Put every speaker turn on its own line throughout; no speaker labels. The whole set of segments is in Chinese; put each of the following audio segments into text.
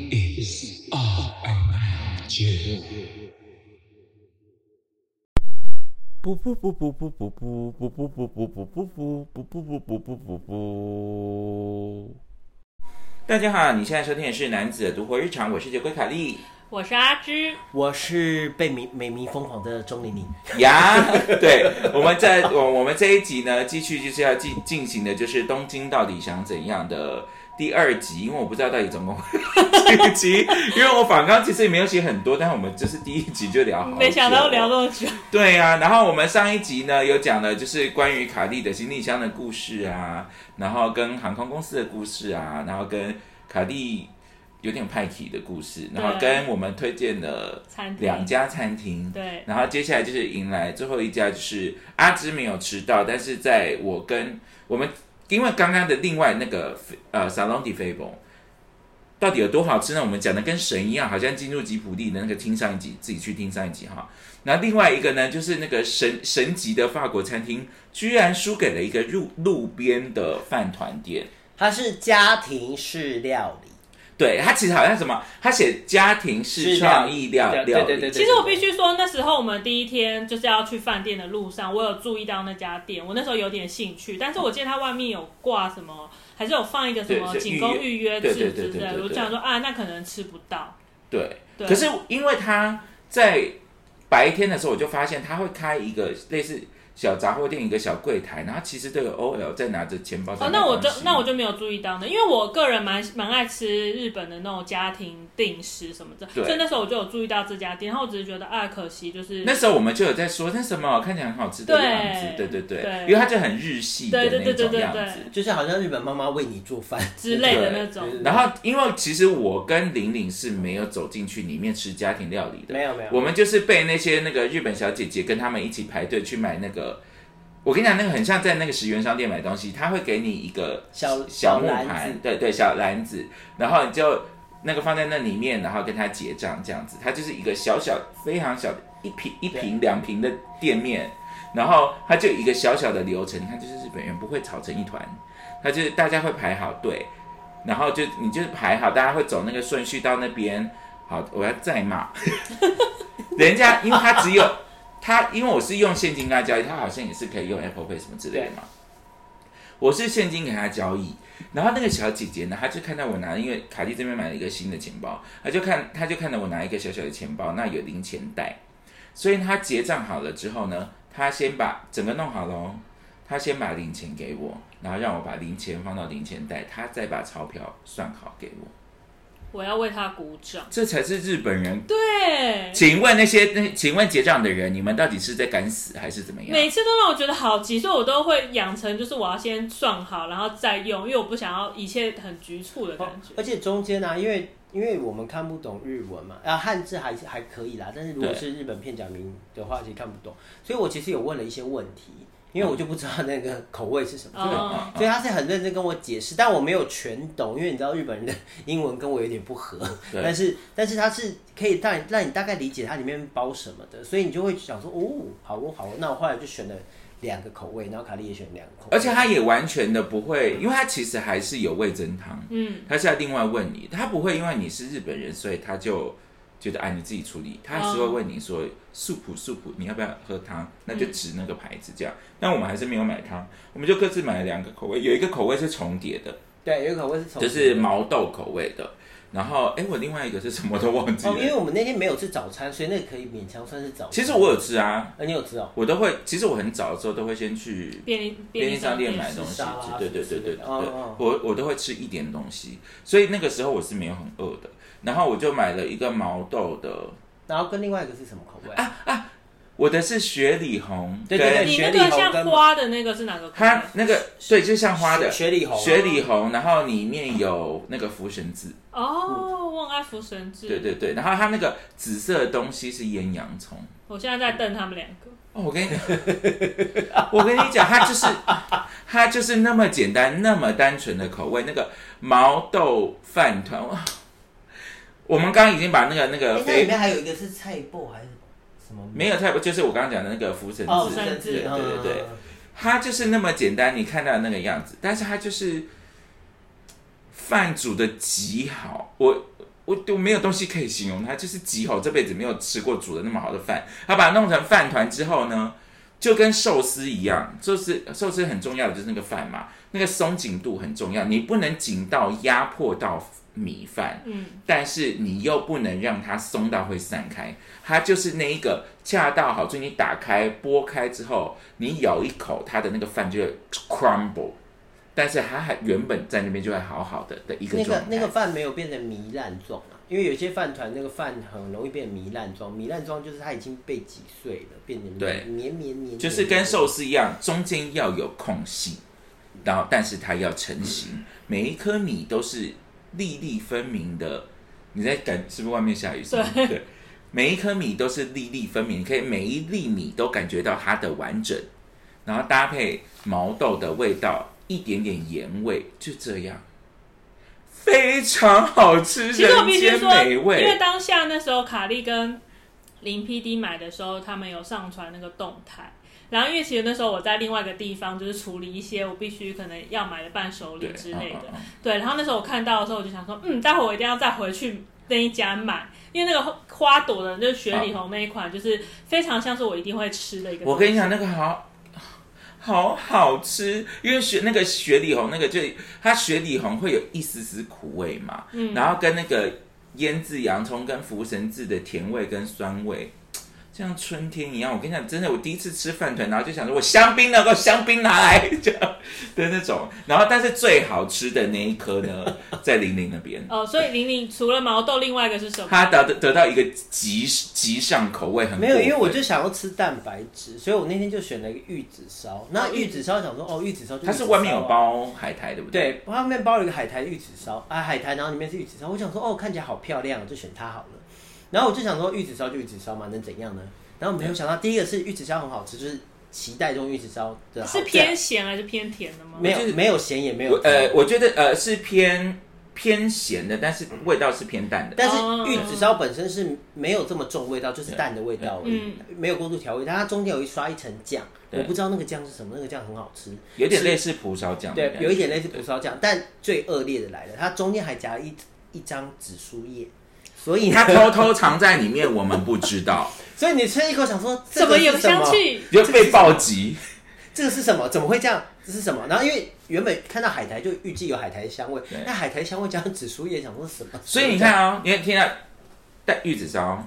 C R N J。
不不不不不不不不不不不不不不不不不不不不不。大家好，你现在收听的是《男子的独活日常》，我是酒鬼凯莉
我是阿芝，
我是被迷美迷疯狂的钟玲玲，
呀。 对，我们在我我们这一集呢，继续就是要进进行的就是东京到底想怎样的第二集，因为我不知道到底总共会 几集，因为我反纲其实也没有写很多，但是我们就是第一集就聊好久，
没想到聊那么久，
对呀、然后我们上一集呢有讲了，就是关于卡蒂的行李箱的故事啊，然后跟航空公司的故事啊，然后跟卡蒂有点派体的故事，然后跟我们推荐了
餐厅
两家餐厅，
对
然后接下来就是迎来最后一家，就是阿芝没有吃到，但是在我跟我们因为刚刚的另外那个呃 Salon de Fable。到底有多好吃呢？我们讲的跟神一样，好像进入吉普力的那个听上一集，自己去听上一集哈。然后另外一个呢，就是那个神神级的法国餐厅，居然输给了一个路路边的饭团店。
她是家庭式料理，
对，它其实好像什么，它写家庭式
是
创意料
对
料理，
对对对
其实我必须说，那时候我们第一天就是要去饭店的路上，我有注意到那家店，我那时候有点兴趣，但是我见它外面有挂什么，还是有放一个什么
对是
仅供
预
预
约
约
对对
制
对
之类
对对
的，
对
我就想说啊，那可能吃不到。
对
对
可是因为他在白天的时候，我就发现他会开一个类似小杂货店一个小柜台，然后其实都有 OL 在拿着钱包在
哦，
买
那我
东
就
西
那我就没有注意到呢，因为我个人蛮蛮爱吃日本的那种家庭定食什么的，
对
所以那时候我就有注意到这家店，然后我只是觉得啊，可惜就是
那时候我们就有在说那什么看起来很好吃的
对
样子，对对对，
对
因为它就很日系的
对对
那
对对
种
对
样子。
对
就是好像日本妈妈为你做饭
之类的
对
那种。
然后，因为其实我跟玲玲是没有走进去里面吃家庭料理的，
没有没有
我们就是被那些那个日本小姐姐跟他们一起排队去买那个。我跟你讲，那个很像在那个十元商店买东西，他会给你一个
小
小木
篮
盘
子，
对对，小篮子，然后你就那个放在那里面，然后跟他结账这样子，它就是一个小小非常小的一瓶一瓶两瓶的店面，然后它就一个小小的流程，你看就是日本人不会吵成一团，它就是大家会排好队，然后就你就是排好，大家会走那个顺序到那边。好，我要再骂 人家，因为他只有他，因为我是用现金跟他交易，他好像也是可以用 Apple Pay 什么之类的嘛。我是现金给他交易，然后那个小姐姐呢，她就看到我拿，因为卡蒂这边买了一个新的钱包，她就看，她就看到我拿一个小小的钱包，那有零钱袋，所以她结账好了之后呢，她先把整个弄好喽，她先把零钱给我，然后让我把零钱放到零钱袋，她再把钞票算好给我，
我要为他鼓掌。
这才是日本人。
对，
请问那些那请问结账的人，你们到底是在敢死还是怎么样？
每次都让我觉得好急，所以我都会养成就是我要先算好，然后再用，因为我不想要一切很局促的感觉。
哦
而且中间呢、啊因为因为我们看不懂日文嘛，啊汉字还还可以啦，但是如果
对
是日本片假名的话，其实看不懂，所以我其实有问了一些问题，因为我就不知道那个口味是什么，
哦
所以
嗯
所以他是很认真跟我解释，但我没有全懂，因为你知道日本人的英文跟我有点不合，
对
但是但是他是可以让你让你大概理解它里面包什么的，所以你就会想说哦，好哦好哦，那我后来就选了两个口味，然后卡莉也选两个口味，
而且他也完全的不会，因为他其实还是有味增汤，
嗯，
他是要另外问你，他不会因为你是日本人，所以他就觉得啊你自己处理，他还是会问你说素普素普，你要不要喝
嗯
汤？那就指那个牌子这样。但我们还是没有买汤，我们就各自买了两个口味，有一个口味是重叠的，
对，有一个口味是从
就是毛豆口味的。然后哎，我另外一个是什么都忘记
哦，因为
了。
我们那天没有吃早餐，所以那个可以勉强算是早餐。
其实我有吃啊，
呃，你有吃哦，
我都会，其实我很早的时候都会先去
便利
便利商
商
店买
吃
东西
沙拉
吃
啊，
对对对
什么之
对对
类的哦
对
哦，
我我都会吃一点东西，所以那个时候我是没有很饿的。然后我就买了一个毛豆的，
然后跟另外一个是什么口味？啊、
我的是雪里红，
对对对
跟
你那个像花的那个是哪个？
它那个对，就像花的
雪里红，
雪里红，然后里面有那个福神子，
哦，我很爱福神
嗯
志。
对，对对，然后它那个紫色的东西是腌洋葱。
我现在在瞪他们两个。
哦，我跟你， 我跟你讲，它就是它就是那么简单，那么单纯的口味，那个毛豆饭团。哇我们刚刚已经把那个那
哎
个
那里
肥
面还有一个是菜脯还是什么？
没有太，就是我刚刚讲的那个福神
哦，
子，
神
子，
对
对对对
嗯
它就是那么简单，你看到的那个样子，但是它就是饭煮的极好。我我我没有东西可以形容它，就是极好，这辈子没有吃过煮的那么好的饭。他把它弄成饭团之后呢，就跟寿司一样，就是寿司很重要的就是那个饭嘛，那个松紧度很重要，你不能紧到压迫到米饭，
嗯，
但是你又不能让它松到会散开，它就是那一个恰到好处。你打开剥开之后，你咬一口，它的那个饭就会 crumble，但是它还原本在那边就会好好的的一个
那
状
个
态。
那个饭没有变成糜烂状啊，因为有些饭团那个饭很容易变糜烂状，糜烂状就是它已经被挤碎了，变成
对
绵绵绵绵，
就是跟寿司一样，中间要有空隙，然后但是它要成型，每一颗米都是粒粒分明的。你在感是不是外面下雨？是吗对，每一颗米都是粒粒分明，你可以每一粒米都感觉到它的完整，然后搭配毛豆的味道，一点点盐味，就这样，非常好吃，
其实我
人
必须
间
说，
美
因为
味。
当下那时候卡莉跟林 PD 买的时候，他们有上传那个动态。然后因为其实那时候我在另外一个地方，就是处理一些我必须可能要买的伴手礼
对
之类的。
嗯嗯嗯
对，然后那时候我看到的时候，我就想说，嗯，待会我一定要再回去那一家买，因为那个花朵的，就是雪里红那一款，就是非常像是我一定会吃的一个。
我跟你讲，，那个好好好吃，因为雪那个雪里红那个就它雪里红会有一丝丝苦味嘛，
嗯
然后跟那个腌制洋葱跟福神漬的甜味跟酸味。就像春天一样，我跟你讲，真的，我第一次吃饭团，然后就想说，我香槟呢，给我香槟拿来，这样的那种。然后，但是最好吃的那一颗呢，在玲玲那边，
哦，所以玲玲除了毛豆，另外一个是什么？
她得得到一个极极上口味，很
没有，
过
因为我
分
就想要吃蛋白质，所以我那天就选了一个玉子烧。那玉子烧想说，哦，玉子烧就
它是外面有
玉子烧啊
包海苔，对不对？
对，它外面包了一个海苔玉子烧啊，海苔，然后里面是玉子烧。我想说，哦，看起来好漂亮，就选它好了。然后我就想说，玉子烧就玉子烧嘛，能怎样呢？然后没有想到，第一个是玉子烧很好吃，就是期待中玉子烧的好
是偏咸还是偏甜的吗？
没
我就
有
是
没有咸也没有
我呃，
甜
我觉得呃是偏偏咸的，但是味道是偏淡的。
但
哦
是玉子烧本身是没有这么重味道，就是蛋的味道而
嗯
已，没有过度调味，但它中间有一刷一层酱，
对
我不知道那个酱是什么，那个酱很好吃，
有点类似蒲烧酱的
对
感，觉，
有一点类似蒲烧酱，但最恶劣的来了，它中间还夹了一一张紫苏叶，所以
对。
呢
它偷偷藏在里面，我们不知道，
所以你吃一口想说这
怎
个
么
是
有
什
香
么？
气？
就被暴击。
这个是什么？怎么会这样？这是什么？然后因为原本看到海苔就预计有海苔香味
对，
那海苔香味加上紫苏叶，想说什么？
所以你看啊、你看听到带玉子烧、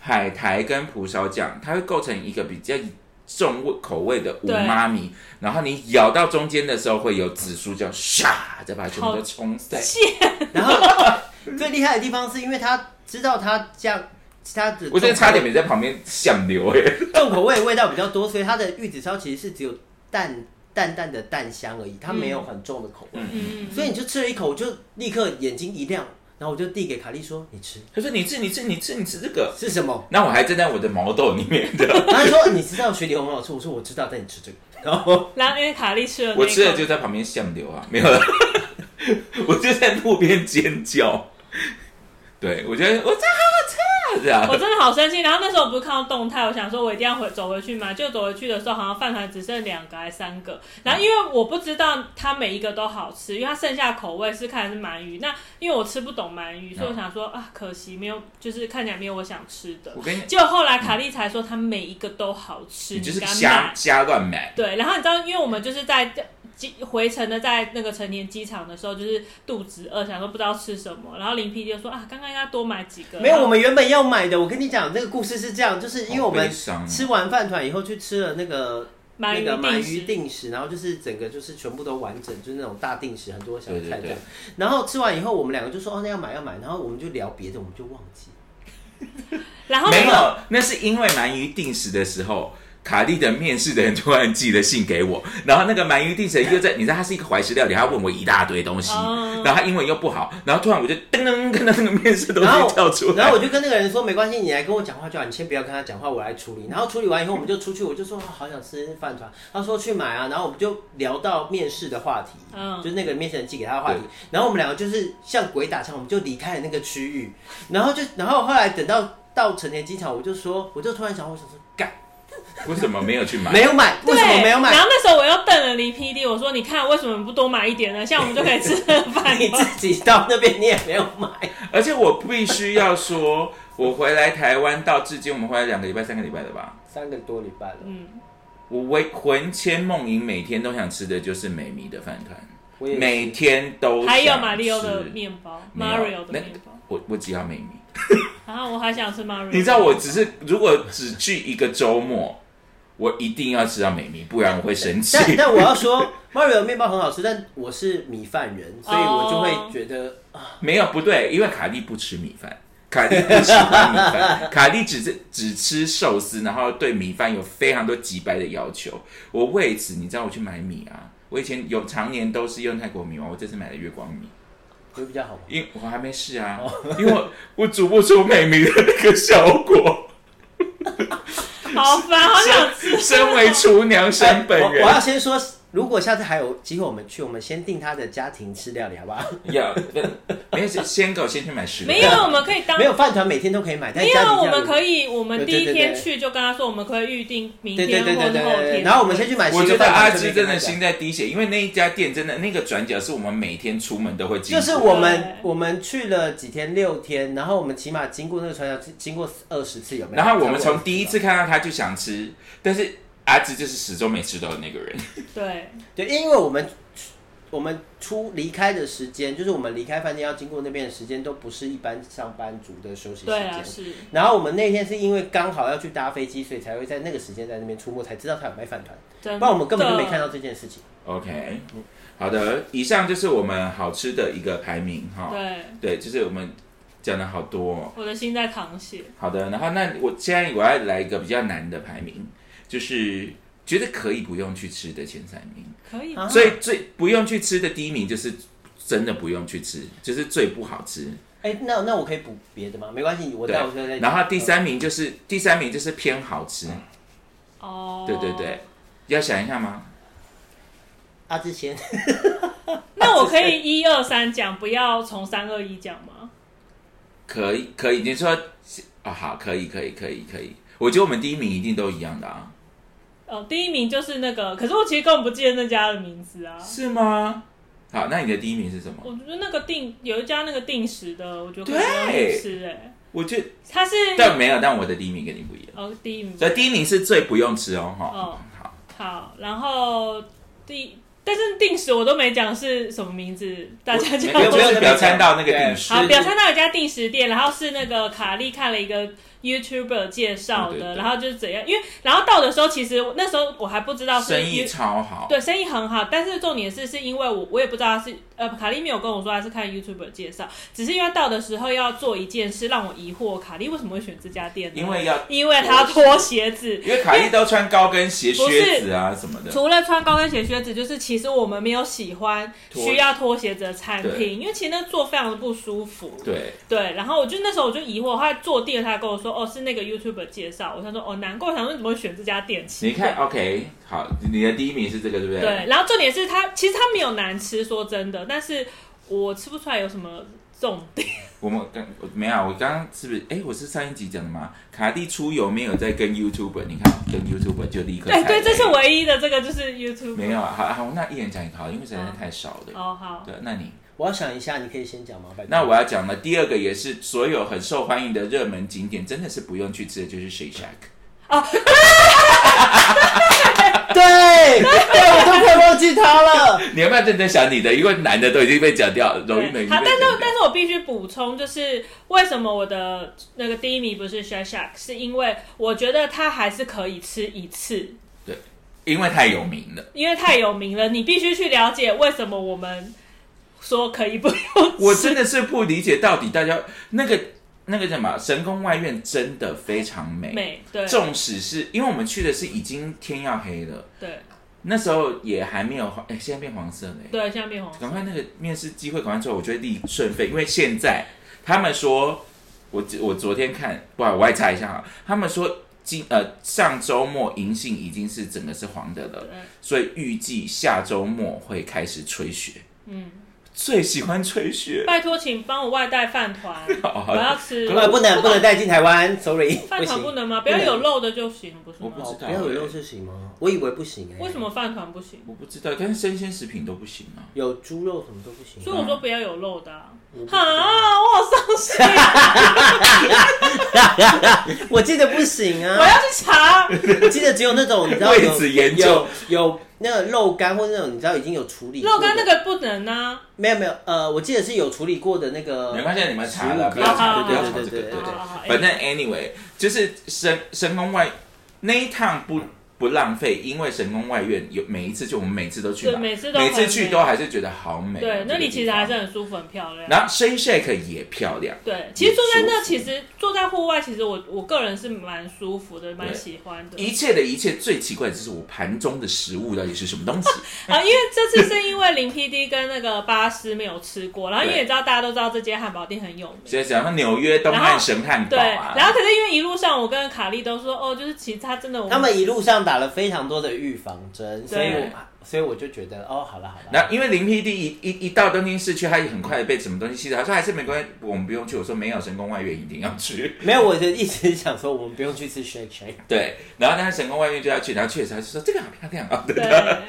海苔跟蒲烧酱，它会构成一个比较重味口味的五
对
妈咪。然后你咬到中间的时候，会有紫苏酱唰，再把它全部都冲散。
然后最厉害的地方是因为他知道他这样，他的
我觉
重口味
得差点没在旁边想流哎、
重口味的味道比较多，所以它的玉子烧其实是只有淡淡淡的淡香而已，它没有很重的口味。
嗯，
所以你就吃了一口，我就立刻眼睛一亮，然后我就递给卡莉说：“你吃
他说：“你吃，你吃，你吃，你吃这个。
是什么”
那我还站在我的毛豆里面的。
然后他说：“你知道雪里红很好吃。”我说：“我知道，但你吃这个。”然后
嗯然后因为卡莉吃了那一口，
我吃了就在旁边相流啊，没有了，我就在路边尖叫。对，我觉得我这 好好吃啊，这
我
样。
真的好生气。然后那时候我不是看到动态，我想说我一定要回走回去买。就走回去的时候，好像饭团只剩两个还是三个。然后因为我不知道它每一个都好吃，因为它剩下口味是看是鳗鱼。那因为我吃不懂鳗鱼，所以我想说啊，可惜没有，就是看起来没有我想吃的
我。跟你，
结果后来卡莉才说，它每一个都好吃，
你就是
敢
瞎
买？
瞎乱买，
对，然后你知道，因为我们就是在机回程的，在那个成田机场的时候，就是肚子饿，想说不知道吃什么，然后林 P 就说啊，刚刚应该多买几个。
没有，
然后
我们原本要买的。我跟你讲，这个故事是这样，就是因为我
好
们
悲伤哦
吃完饭团以后去吃了那个。
鳗
那
鱼
个鳗
定时
鱼定时，然后就是整个就是全部都完整，就是那种大定时，很多小
对对
菜这
对
样。然后吃完以后，我们两个就说哦，那要买要买，然后我们就聊别的，我们就忘 记。
然后
没
那个
有，那是因为鳗鱼定时的时候。卡莉的面试的人突然寄了信给我，然后那个鳗鱼定时人又在，你知道他是一个怀石料理，他问我一大堆东西，
哦
然后他英文又不好，然后突然我就噔噔跟他那个面试东
然后
西跳出来，
然后我就跟那个人说，没关系，你来跟我讲话就好，你先不要跟他讲话，我来处理。然后处理完以后，我们就出去，我就说、哦好想吃饭团，他说去买啊，然后我们就聊到面试的话题，
嗯
就是那个面试人寄给他的话题
对。
然后我们两个就是像鬼打墙，我们就离开了那个区域。然后就，然后后来等到到成田机场，我就说，我就突然想，我想说，干
为什么没有去买？
没有买，为什么没有买
然？后那时候我又瞪了林 P D，我说：“你看，为什么不多买一点呢？像我们就可以吃饭
你自己到那边你也没有买，
而且我必须要说，我回来台湾到至今，我们回来两个礼拜、三个礼拜了吧？
三个多礼拜了，
嗯，
我为魂牵梦萦，每天都想吃的就是美迷的饭团，
我也是
每天都想
还
吃
有马里奥的面包
没有
，Mario 的
那
面包。
我我只要美迷。
然后我还想吃 Mario，
你知道，我只是如果只去一个周末，我一定要吃到美迷，不然我会生气。
但但我要说，Mario 的面包很好吃，但我是米饭人，所以我就会觉得
没有不对，因为卡莉不吃米饭，卡莉不喜欢米 饭，卡莉只是只吃寿司，然后对米饭有非常多极白的要求。我为此，你知道我去买米啊，我以前有常年都是用泰国米嘛，我这次买了月光米，
会比较好吗？
因我还没试啊，
哦
因为我我煮不出美米的那个效果。
好烦，好想吃。
身身为厨娘山本
哎我
人，
我要先说，如果下次还有机会我们去，我们先订他的家庭式料理，好不好？
嗯
要没有先给我先去买十个。
没有，我们可以当
没有饭团每天都可以买，但
没
家庭
有，我
料理
们可以，我们
对
第
对
一
对
天
对
去就跟他说，我们可以预定明
对对
天
对
或
对
者
对
后
对
天。
对，然后我们先去买
我
十
觉
个
得
饭
阿
团，
芝
顺便
真
跟他
的
讲
心在滴血，因为那一家店真的那个转角是我们每天出门都会经
就
过。
是我们
对
我们去了几天六天，然后我们起码经过那个船桥，经过二十次有没有？
然后我们
差不多
从第一次看到他就想吃，但是阿芝就是始终没吃到的那个人。
对，
对，因为我们我们出离开的时间，就是我们离开饭店要经过那边的时间，都不是一般上班族的休息时
对
间
啊，。是。
然后我们那天是因为刚好要去搭飞机，所以才会在那个时间在那边出没，才知道他有卖饭团，
真
不然我们根本就没看
的
到这件事情。
OK，好的，以上就是我们好吃的一个排名哈。
对，
对，就是我们讲了好多、哦。
我的心在淌血。
好的，然后那我现在我要来一个比较难的排名，就是觉得可以不用去吃的前三名。
可以，
啊
最最不用去吃的第一名就是真的不用去吃，就是最不好吃。
哎、那那我可以补别的吗？没关系，我
对
待会就再。，
然后第三名就是第三名就是偏好吃。
哦，
对对对，，要想一下吗？
阿志先，
那我可以一二三讲，不要从三二一讲吗？
可以，可以，你说啊、好，可以，可以，可以，可以。我觉得我们第一名一定都一样的啊，
哦，第一名就是那个，可是我其实根本不记得那家的名字啊。
是吗？好，那你的第一名是什么？
我觉得那个定有一家那个定时的，我觉得
对
可以不用去吃哎、欸，
我觉得，
它是
但没有，但我的第一名跟你不一样。
哦第一名
所以第一名是最不用吃哦，哈、
哦
好，
好，然后第但是定时我都没讲是什么名字，大家就
没有没
不
有
用
表参到那个定时
好，表参道有一家定时店，然后是那个卡莉看了一个 YouTuber 介绍的，
对对对
然后就是怎样，因为然后到的时候，其实我那时候我还不知道是
生意
You-
超好，
对，生意很好，但是重点是是因为我我也不知道他是呃卡莉没有跟我说他是看 YouTube 介绍，只是因为到的时候要做一件事让我疑惑，卡莉为什么会选这家店呢？
因为要
因为他要脱鞋子。
因为卡莉都穿高跟鞋、
不是
靴子啊什么的，
除了穿高跟鞋、靴子，就是其实我们没有喜欢
脱
需要脱鞋子的餐
对
厅，因为其实那坐非常的不舒服。
对，
对，然后我就那时候我就疑惑，后来坐店他跟我说，哦，是那个 YouTuber 介绍，我想说，哦，难怪，我想说你怎么会选这家店？
你看，OK，好，你的第一名是这个，对不对？
对，，然后重点是它其实它没有难吃，说真的，但是我吃不出来有什么重点。
我们刚我没有，我刚刚是不是？哎，我是上一集讲的嘛，卡蒂出游没有在跟 YouTuber，你看跟 YouTuber 就立刻
对
踩
对，
雷
这是唯一的这个就是 YouTube
没有啊。好，好，那一人讲一个好，因为实在是太少了。
哦， 好，
对，那你
我要想一下，你可以先讲吗？拜托
那我要讲的第二个也是所有很受欢迎的热门景点，真的是不用去吃的，就是 Shake Shack。
哦
对，对我都快忘记他了。
你要不要认真想你的？因为男的都已经被讲掉了，容易
对，
美
好，但是但
是
是我必须补充，就是为什么我的那个第一名不是 Shake Shack，是因为我觉得它还是可以吃一次，
因为太有名了。
因为太有名了，你必须去了解为什么我们说可以不用吃。
我真的是不理解，到底大家那个那个叫什么啊神宫外苑真的非常美，
美对
纵使是因为我们去的是已经天要黑了，
对
那时候也还没有黄，哎、现在变黄色了、哎，
对，现在变红色
赶快那个面试机会赶快做，我就会立顺飞，因为现在他们说，我我昨天看，不好，我来查一下哈，啊他们说。今呃上周末银杏已经是整个是黄的了，
对
所以预计下周末会开始吹雪。
嗯，
最喜欢吹雪，
拜托，请帮我外带饭团，
好
我要吃。
可
不能不能带进台湾，sorry，
饭
不
团不
行。
能吗？不要有肉的就行，不是
我不
吗
知？
哦不要有肉就行吗？我以为不行哎、
为什么饭团不行？
我不知道，但是生鲜食品都不行啊。
有猪肉什么都不行？
所以我说不要有肉的啊。
我不知
哈，
道
我好伤啊西，我
我记得不行啊，
要 去查。
我记得只有那种你知道
位
有
置研究
有有那个肉干或者那种你知道已经有处理过的
肉干那个不能啊，
没有没有呃，我记得是有处理过的那
呃
个
没关系，你们查
食
了，
物
不要
好
查，
好
不要
好
查这个，
对对
对
对
对。
好好好
反正 anyway，就是神神宫外那一趟不不浪费，因为神宫外院有每一次就我们每次都去嘛，
对每次都
每次
很
去
美
都还是觉得好美哦。
对，那里其实还是
这个地
很舒服、很漂亮
方。。然后 Shake Shake 也漂亮，
对，其实坐在
舒
那，
服
其实坐在户外，其实我我个人是蛮舒服的，蛮喜欢的。
一切的一切最奇怪的就是我盘中的食物到底是什么 东西？
啊，因为这次是因为林 PD 跟那个巴斯没有吃 过，然后因为
对
你知道大家都知道这间汉堡店很有名，
所以讲到纽约东
然后
岸神汉堡
对。
啊，
然后可是因为一路上我跟卡莉都说，哦，就是其实他真的我
他们一路上打了非常多的预防针，所以
对
我所以我就觉得哦，好了好了，
然后因为林 PD 一一一到东京市区，他也很快被什么东西吸走，他说还是没关系，我们不用去。我说没有，神宫外院一定要去。
没有，我就一直想说我们不用去吃 shake shake，
对，然后但是神宫外院就要去，然后确实他就说这个好漂亮啊，对
对，
的。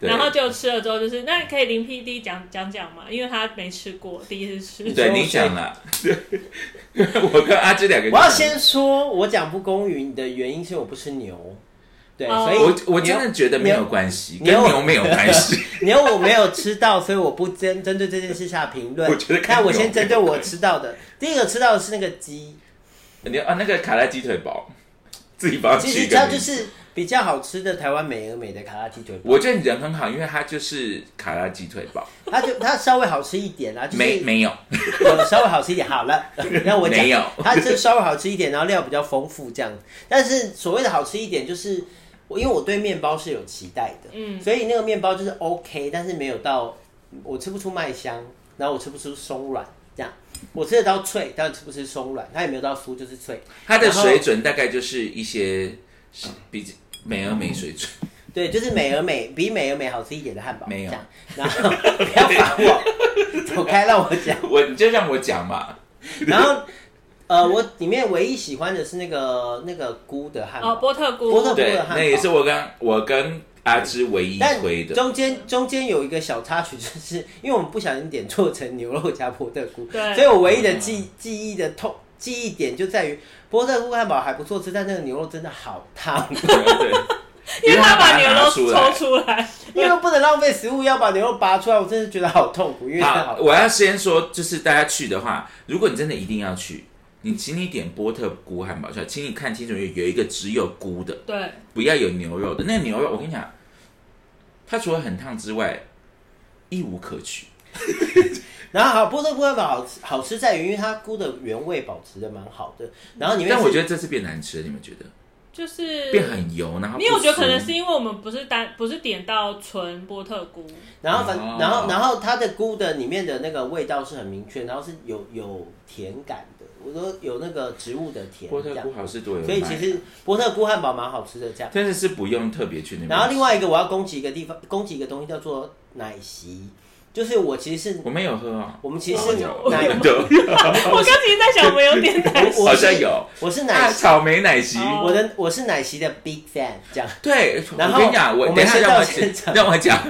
对
然后就吃了之后，就是那可以林 PD 讲讲讲嘛，因为他没吃过，第一次吃。
对你讲了，对 我跟阿芝两个人，
我要先说，我讲不公允的原因是我不吃牛，对，
哦
所以
我我真的觉得没有关系，跟牛没有关系。
牛我没有吃到，所以我不针针对这件事下评论。
我觉得跟
但我
牛
先
没
针对我吃到的，第一个吃到的是那个鸡，
你啊，那个卡拉鸡腿堡，自己帮它
其
取
实
一
它
个
就
名字。
是比较好吃的台湾美而美的卡拉鸡腿堡，
我觉得你人很好，因为它就是卡拉鸡腿堡，
它就它稍微好吃一点啊啦，就是
没没有，
有稍微好吃一点，好 了，让我讲，
没有
它就稍微好吃一点，然后料比较丰富这样。但是所谓的好吃一点，就是我因为我对面包是有期待的，
嗯
所以那个面包就是 OK，但是没有到我吃不出麦香，然后我吃不出松软，这样我吃得到脆，但吃不出松软，它也没有到酥，就是脆。
它的
然后
水准大概就是一些
嗯
比较美而美水准。
对，就是美而美比美而美好吃一点的汉堡，
没有
这样。然后不要烦我， 走开，让我讲。
我你就让我讲嘛，
然后呃，我里面唯一喜欢的是那个那个菇的汉堡。
哦，波特菇，
波特菇
对
的汉，堡
那也是我跟我跟阿芝唯一
但
推的。
中间中间有一个小插曲，就是因为我们不小心点错成牛肉加波特菇，
对
所以我唯一的记记忆的痛记忆点就在于波特菇汉堡还不错吃，但那个牛肉真的好烫，
对，
因为他
他
把
把
牛
它
肉
拿出来
抽出来，
因为不能浪费食物，要把牛肉拔出来，我真的觉得好痛苦，因为真的
好
好，
我要先说，就是大家去的话，如果你真的一定要去，你请你点波特菇汉堡出来，请你看清楚，有一个只有菇的，
对，
不要有牛肉的。那牛肉，我跟你讲，它除了很烫之外，一无可取。
然后好波特菇汉堡好吃好吃在于，因为它菇的原味保持的蛮好的，然后里面
但我觉
得
得这次变难吃了，你们觉得？
就是
变很油，然后
因为我觉得
不酥
可能是因为我们不是单不是点到纯波特 菇，
然后反
哦
然后然后它的菇的里面的那个味道是很明确，然后是有有甜感的，我说有那个植物的甜，
波特
这样
菇好事多有卖，
所以其实波特菇汉堡蛮好吃的，这样。
但是是不用特别去那边吃。
然后另外一个我要攻击一个地方，攻击一个东西叫做奶昔，就是我其实是
我们有喝啊、
我们其实
我
是
有我
奶，
有，
我刚其实在想我们有点担心，
我
好
是
像有
我是
大
奶 昔，
草莓奶昔。
哦
我的我是奶昔的 big fan 这 样。
对，
然
我
后
跟你讲，
我
我等
们
一下
先
让
到
我
现
讲
场
让我讲，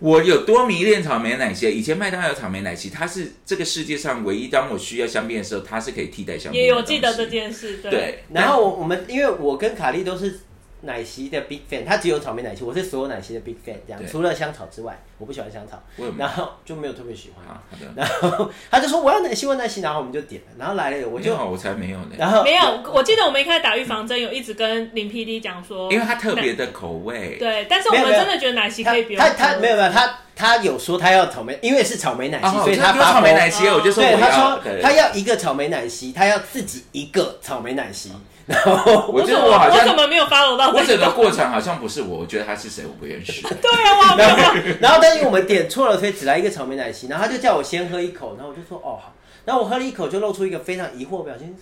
我有多迷恋草莓奶昔。以前麦当劳有草莓奶昔，它是这个世界上唯一，当我需要香槟的时候，它是可以替代香槟
也
的东
有
西。
记得这件事，对，
对，
然后我我们因为我跟卡莉都是奶昔的 big fan，她只有草莓奶昔，我是所有奶昔的 big fan 这样
对，
除了香草之外，我不喜欢香草
我也，没有啊
然后就没有特别喜
啊
欢。
好好的，
然后她就说我要奶昔，我要奶昔，然后我们就点了，然后来了我
我
就
就，我才没有呢，
然后
没有，我记得我们一开始打预防针有一直跟林 PD 讲说，
因为它特别的口味。
对，但是我们真的觉得奶昔可以不用
他
吃
他没有没有他他有说他要草莓，因为是草莓奶昔，
啊，
所以他
我就丢
发
草莓
疯
奶昔，我就说我
对，他
要
说
对
他要一个草莓奶昔，他要自己一个草莓奶昔，然后
我觉
怎
得
么
我好
怎
像
么没有 follow 到
我
这
整个
个？
过程好像不是我，我觉得他是谁我不认识。
对啊，我好没有
然后然后但是我们点错了，所以只来一个草莓奶昔，然后他就叫我先喝一口，然后我就说哦好，然后我喝了一口就露出一个非常疑惑的表情。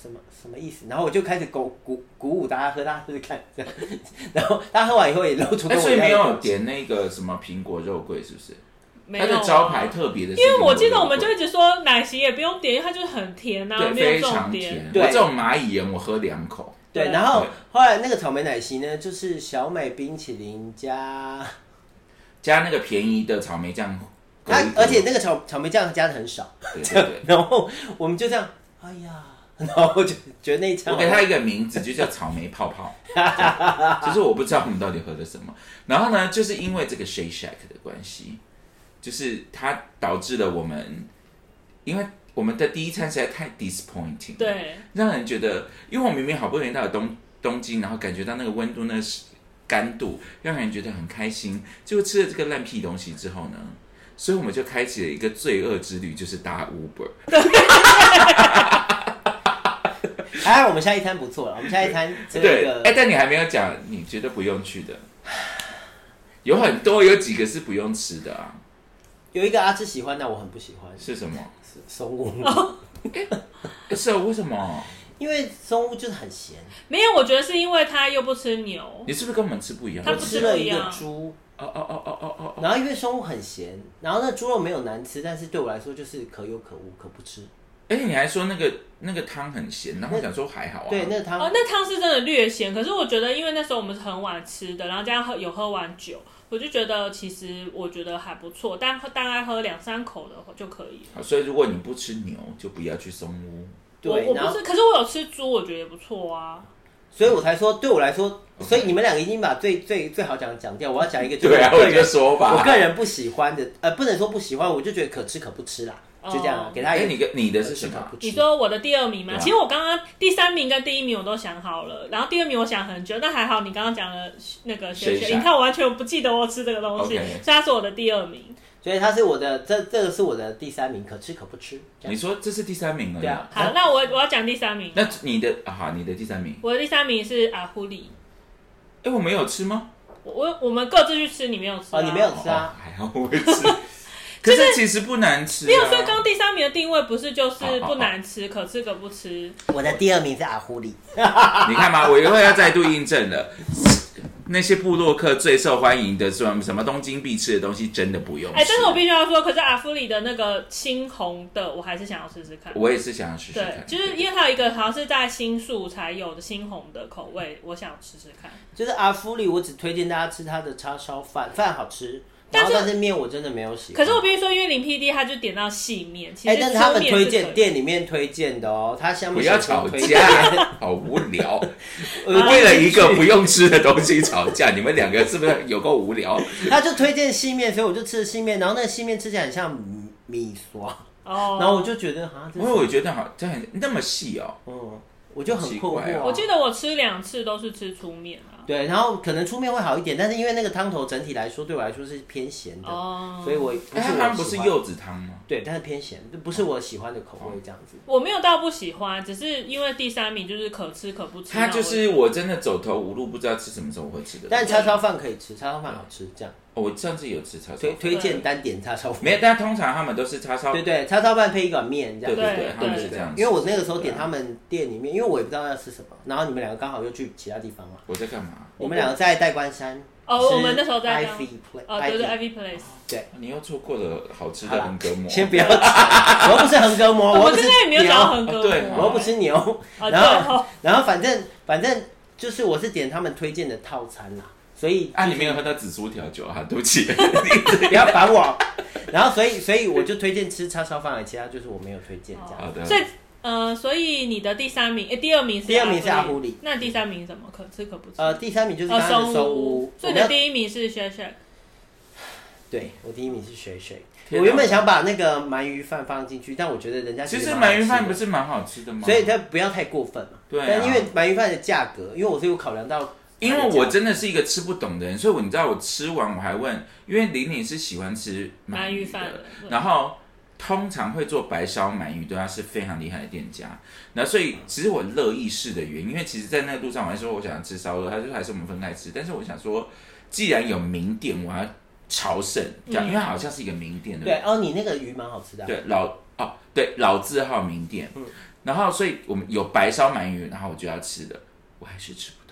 什么什么意思？然后我就开始鼓鼓鼓舞大家喝，大家试试看。这样然后大家喝完以后也露出
哎，
跟我
所
一
以
样的
没有
表情
点那个什么苹果肉桂，是不是？
没有
它
啊
的招牌。特别的是苹
因
果肉桂，
为我记得我们就一直说奶昔也不用点，因为它就是很甜啊，
对
没有
非
重
常
点
甜。。
对
我这种蚂蚁盐，我喝两口。
对，
对
然后
对
后来那个草莓奶昔呢，就是小美冰淇淋加
加那个便宜的草莓酱勾
它
一勾
而且那个草草莓酱加的很少，
对对对
然后我们就这样，哎呀， 然后就觉得那一餐
我给它一个名字，就叫草莓泡泡。 对就是我不知道我们到底喝了什么。然后呢，就是因为这个 Shake Shack 的关系，就是它导致了我们，因为我们的第一餐实在太 disappointing，了，
对，
让人觉得，因为我明明好不容易到了东东京，然后感觉到那个温度、那个干度，让人觉得很开心。结果吃了这个烂屁东西之后呢，所以我们就开启了一个罪恶之旅，就是搭 Uber。
哎，我们下一餐不错了，我们下一餐这
对，哎、
个
但你还没有讲，你觉得不用去的，有很多，有几个是不用吃的啊？
有一个阿芝喜欢，但我很不喜欢
是什么？
松屋，
哦是啊，为什么？
因为松屋就是很咸。
没有，我觉得是因为他又不吃牛，
你是不是跟我们吃不一样？
他
我
不
吃
吃
了
不一
一个
样
猪，
哦哦哦哦哦哦哦，
然后因为松屋很咸，然后那猪肉没有难吃，但是对我来说就是可有可无，可不吃。
而且哎你还说那个那个汤很咸，然后我想说还好啊。
对，那汤
哦，那汤是真的略咸，可是我觉得，因为那时候我们是很晚吃的，然后加上喝有喝完酒，我就觉得其实我觉得还不错，但喝大概喝两三口的话就可以了。
好，所以如果你不吃牛，就不要去松屋。
对，
我我
然
不
后
是，可是我有吃猪，我觉得也不错啊。
所以我才说，对我来说，
OK
所以你们两个已经把最最最好讲的讲掉。我要讲一 个，
对啊，
我个
我就
人
说吧。
我个人不喜欢的，呃，不能说不喜欢，我就觉得可吃可不吃啦，就这样啊
哦，
给他
哎、
一个
你跟你的
可
是
吃
什
可
么
不？吃
你。说我的第二名吗？
对啊
其实我刚刚第三名跟第一名我都想好了，然后第二名我想很久，但还好你刚刚讲了那个
谁
学学，
想
你看我完全不记得我吃这个东西
OK
所以它是我的第二名。
所以它是我的，这这个是我的第三名，可吃可不吃。这
你
样
说这是第三名了。
对啊
好，那我我要讲第三名，
那你的啊，好你的第三名，
我的第三名是阿狐狸，
哎、我没有吃吗？
我我我们各自去吃，你没有吃、啊，
哦，你没有吃
哦
啊？
还好我会 吃。可是其实不难吃、啊。
没有，所以刚刚第三名的定位不是就是
好好好
不难吃，可吃可不吃。
哦
我的第二名是阿狐狸，
你看
啊
嘛，我以后要再度印证了，那些部落客最受欢迎的什么什么东京必吃的东西，真的不用吃。
哎、但是我必须要说，可是阿芙里的那个青红的，我还是想要试试看。
我也是想要试试
对
看，，
就是因为它有一个好像是在新宿才有的新红的口味，我想试试看。
就是阿狐狸，我只推荐大家吃它的叉烧饭，饭好吃，然
但
后
是
但是面我真的没有喜欢。
可是我必须说，因为林 PD 他就点到细面，其
哎、
实
但是
粗
他们
面
推
是可
荐
以
店里面推荐的哦，他下面
不要
写说
吵
推
架
荐，
好无 聊。
呃
我
为了一个不用吃的东西吵架，你们两个是不是有够无聊？
他就推荐细面，所以我就吃了细面，然后那个细面吃起来很像米米刷，
哦。
然后我就觉得啊，这
因
是
为我觉得好，这很那么细哦。
嗯，我就很困惑、啊
奇怪哦
我记得我吃两次都是吃粗面啊。
对，然后可能出面会好一点，但是因为那个汤头整体来说对我来说是偏咸的，
哦
所以我不
哎，
是我
它好像不是
喜欢
柚子汤吗？
对，但是偏咸，这不是我喜欢的口味这样子。
哦
我没有到不喜欢，只是因为第三名就是可吃可不吃。
它就
那
是我真的走投无路，不知道吃什么时候会吃的。
但叉烧饭可以吃，叉烧饭好吃，这样
哦我上次有吃叉烧
推
饭，
推荐单点叉烧饭。
没有，但通常他们都是叉烧
对对，叉烧饭配一碗面这样
对
子。
对
对
对，他们是
对
这样子。
因为我那个时候点他们店里面，因为我也不知道要吃什么，然后你们两个刚好又去其他地方嘛。
我在干嘛？
我们两个在代官山。
我哦，我们那时候在
i
当
v Play。
哦，对对，IV Place。
哦你又错过了好吃
好
的
啦
横膈膜。
先不要，我又不是横膈膜，
我
我又
们
不
刚
是
刚也没有
牛
讲到横
哦
膈
对
膜，
我又不吃牛。
啊，对
然后
哦，
然后反正反正就是我是点他们推荐的套餐啦，所以
啊，你没有喝到紫苏调酒啊？对 不起，
不要烦我。然后所以所以我就推荐吃叉烧饭，其他就是我没有推荐这样。
好的
所以呃，所以你的第三名，哎诶，第二名是
第二名是阿
狐
狐狸
那第三名是什么？可吃可不吃。
呃，第三名就是刚
哦，
刚的收
屋
屋，。
所
我们
以你的
要
第一名是 s h a s h a
对我第一名是水水。
天
我
哪
原本想把那个鳗鱼饭放进去，但我觉得人家
其实
蛮好
鳗
吃
鱼
的
饭不，是蛮好吃的吗？
所以它不要太过分嘛。
对啊
但因为鳗鱼饭的价格，因为我是有考量到它的价
因
格，
为我真的是一个吃不懂的人，所以我你知道我吃完我还问，因为玲玲是喜欢吃鳗
鳗
鱼
鱼
的，
饭的对
然后通常会做白烧鳗鱼，对他是非常厉害的店家。那所以其实我乐意试的原因，因为其实在那个路上我还说我想要吃烧肉，他就还是我们分开吃，但是我想说，既然有名店，我要朝圣，这样，因为它好像是一个名店，对不对
对？哦，你那个鱼蛮好吃的啊。
对老哦，对老字号名店，然后所以我们有白烧鳗鱼，然后我就要吃的，我还是吃不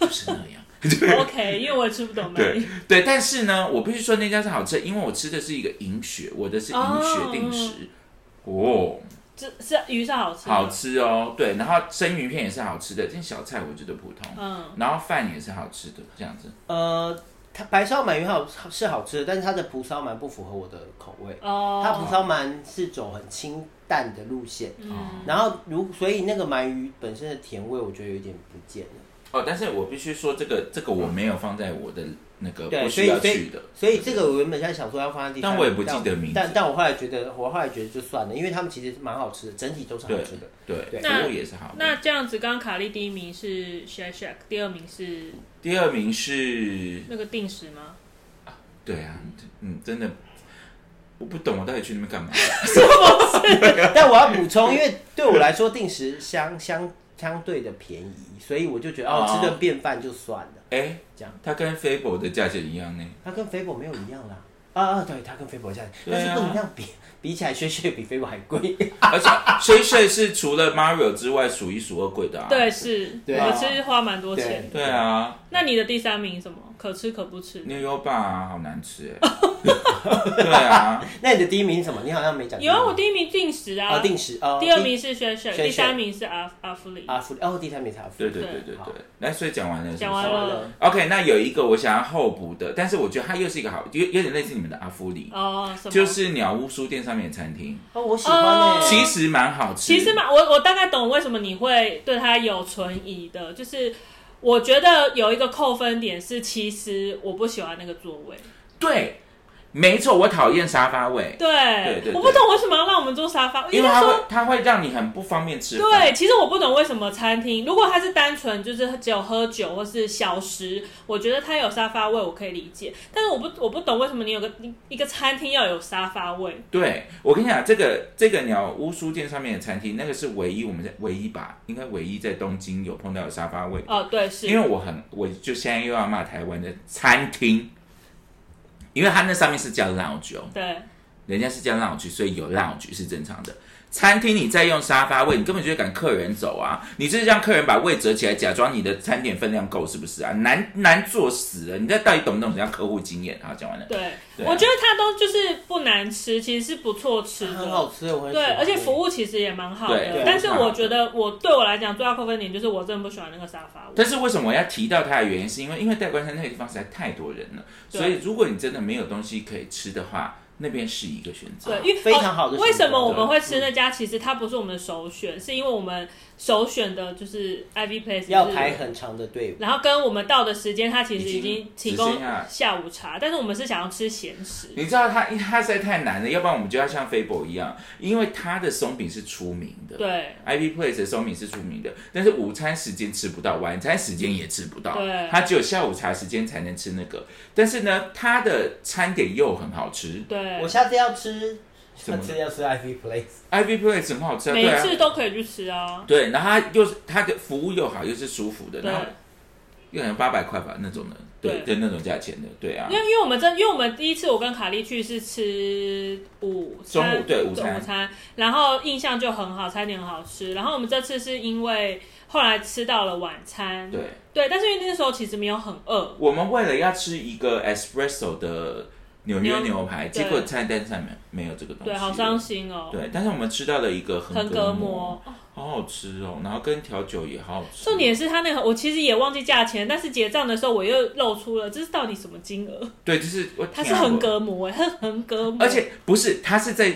懂，就是那样。
r OK，因为我也吃不懂鳗
对
鱼。
对，但是呢，我必须说那家是好吃，因为我吃的是一个银雪，我的是银雪定食，哦，
这是鱼是好吃的。
好吃哦，对，然后生鱼片也是好吃的，这小菜我觉得普通，
嗯，
然后饭也是好吃的，这样子，
呃，它白烧鳗鱼好是好吃的，但是它的蒲烧鳗不符合我的口味。
哦，
它蒲烧鳗是走很清淡的路线，
嗯，
然后如所以那个鳗鱼本身的甜味，我觉得有点不见了。
哦，但是我必须说，这个这个我没有放在我的那个
对，
不
所
需
以
要
所
去
以
的。
所以这个我原本在想说要放在第三
但
名，
我也不记得名字
但但我后来觉得，我后来觉得就算了，因为他们其实蛮好吃的，整体都是好
对
吃的。对
对，服务也是好的。
那这样子，刚刚卡莉第一名是 Shake Shake，第二名是
第二名是，
那个定时吗？
对啊，嗯，真的，我不懂我到底去 那边干嘛。
但我要补充，因为对我来说，定时相相相对的便宜，所以我就觉得哦
哦，
吃顿便饭就算了。
哎，
这样
它跟 Fable 的价钱一样呢。
它跟肥博没有一样啦。啊啊，对，它跟肥博一样，
对啊
但是不能量比，比起来，雪雪比肥博还贵。
而且 Shay Shay 是除了 Mario 之外数一数二贵的啊。
对，是
对
我吃花蛮多钱。
对啊
那你的第三名什么？可吃可不吃。
，New York 吧好难 吃哎。对啊，
那你的第一名是什么？你好像没讲。
有啊，我第一名定时啊，
哦定时哦，
第二名是 Shake Shake，
Shake
第三名是阿阿芙丽。
啊福利哦，第三名是阿福
对
利。
对对对
好
对。来，所以讲完了是不是。
讲完
完
了
了。
OK，那有一个我想要候补的，但是我觉得它又是一个好，有有点类似你们的阿芙里，
哦，什么？
就是鸟屋书店上面的餐厅，
哦，我喜欢呢、
哦
其实蛮好吃。
其实嘛，我我大概懂为什么你会对他有存疑的，就是我觉得有一个扣分点是，其实我不喜欢那个座位。
对，没错，我讨厌沙发位，
对，
对对
我不懂为什么要让我们坐沙发，
因为
应该
它
说
会它会让你很不方便吃饭。
对，其实我不懂为什么餐厅，如果它是单纯就是只有喝酒或是小食，我觉得它有沙发位我可以理解，但是我不我不懂为什么你有个一一个餐厅要有沙发位，
对，我跟你讲，这个这个鸟屋书店上面的餐厅，那个是唯一我们在唯一吧，应该唯一在东京有碰到有沙发位，
哦，对，是，
因为我很我就现在又要骂台湾的餐厅，因为它那上面是叫 lounge 哦
对，
人家是叫 lounge，所以有 lounge 是正常的。餐厅你再用沙发位，你根本就会赶客人走啊！你就是让客人把位折起来，假装你的餐点分量够，是不是啊？难难做死啊了！你这到底懂不懂人家客户经验？好，讲完了。
对，
对啊
我觉得它都就是不难吃，其实是不错吃的，
很好吃，我很喜
对，
欢。欸
而且服务其实也蛮好
对
的
对，
但是我觉得我对我来讲最大扣分点就是我真的不喜欢那个沙发位。
但是为什么我要提到它的原因，是因为因为代官山那个地方实在太多人了，
对
所以如果你真的没有东西可以吃的话，那边是一个选择。
对，因为
非常好的选
哦
择
为什么我们会吃那家？其实它不是我们的首选，是因为我们首选的就是 Ivy Place，
要
就是
排很长的队伍。
然后跟我们到的时间，它其实已经提
已经
供
只剩下
下午茶，但是我们是想要吃咸食。
你知道它 它实在太难了，要不然我们就要像 Fable 一样，因为它的松饼是出名的。
对，
IP Place 的松饼是出名的，但是午餐时间吃不到，晚餐时间也吃不到，
对
它只有下午茶时间才能吃那个。但是呢，它的餐点又很好吃
对
我，下次要吃，下
么
次要吃 IV Place。
，IP Place 很好吃、啊，
每
对
一
啊，
次都可以去吃啊。
对，然后它又是它的服务又好，又是舒服的，
对
然，后又可能八百块吧那种的，对，
对
就那种价钱的，对啊
因，为因为我们真，因为我们第一次我跟卡莉去是吃午餐，
中午对午餐
中午餐，然后印象就很好，餐点很好吃。然后我们这次是因为后来吃到了晚餐，
对，
对，但是因为那时候其实没有很饿，
我们为了要吃一个 espresso 的纽约
牛
牛排，
对
结果菜单上面没有这个东西，
对，好伤。心哦。
对，但是我们吃到了一个横
横膈
膜
膜，，
好好吃哦，然后跟调酒也好好吃。
重点是他那个，我其实也忘记价钱，但是结账的时候我又露出了，这是到底什么金额？
对，就是我
它
它
是横，膈膜哎，它是横膈膜，
而且不是，它是在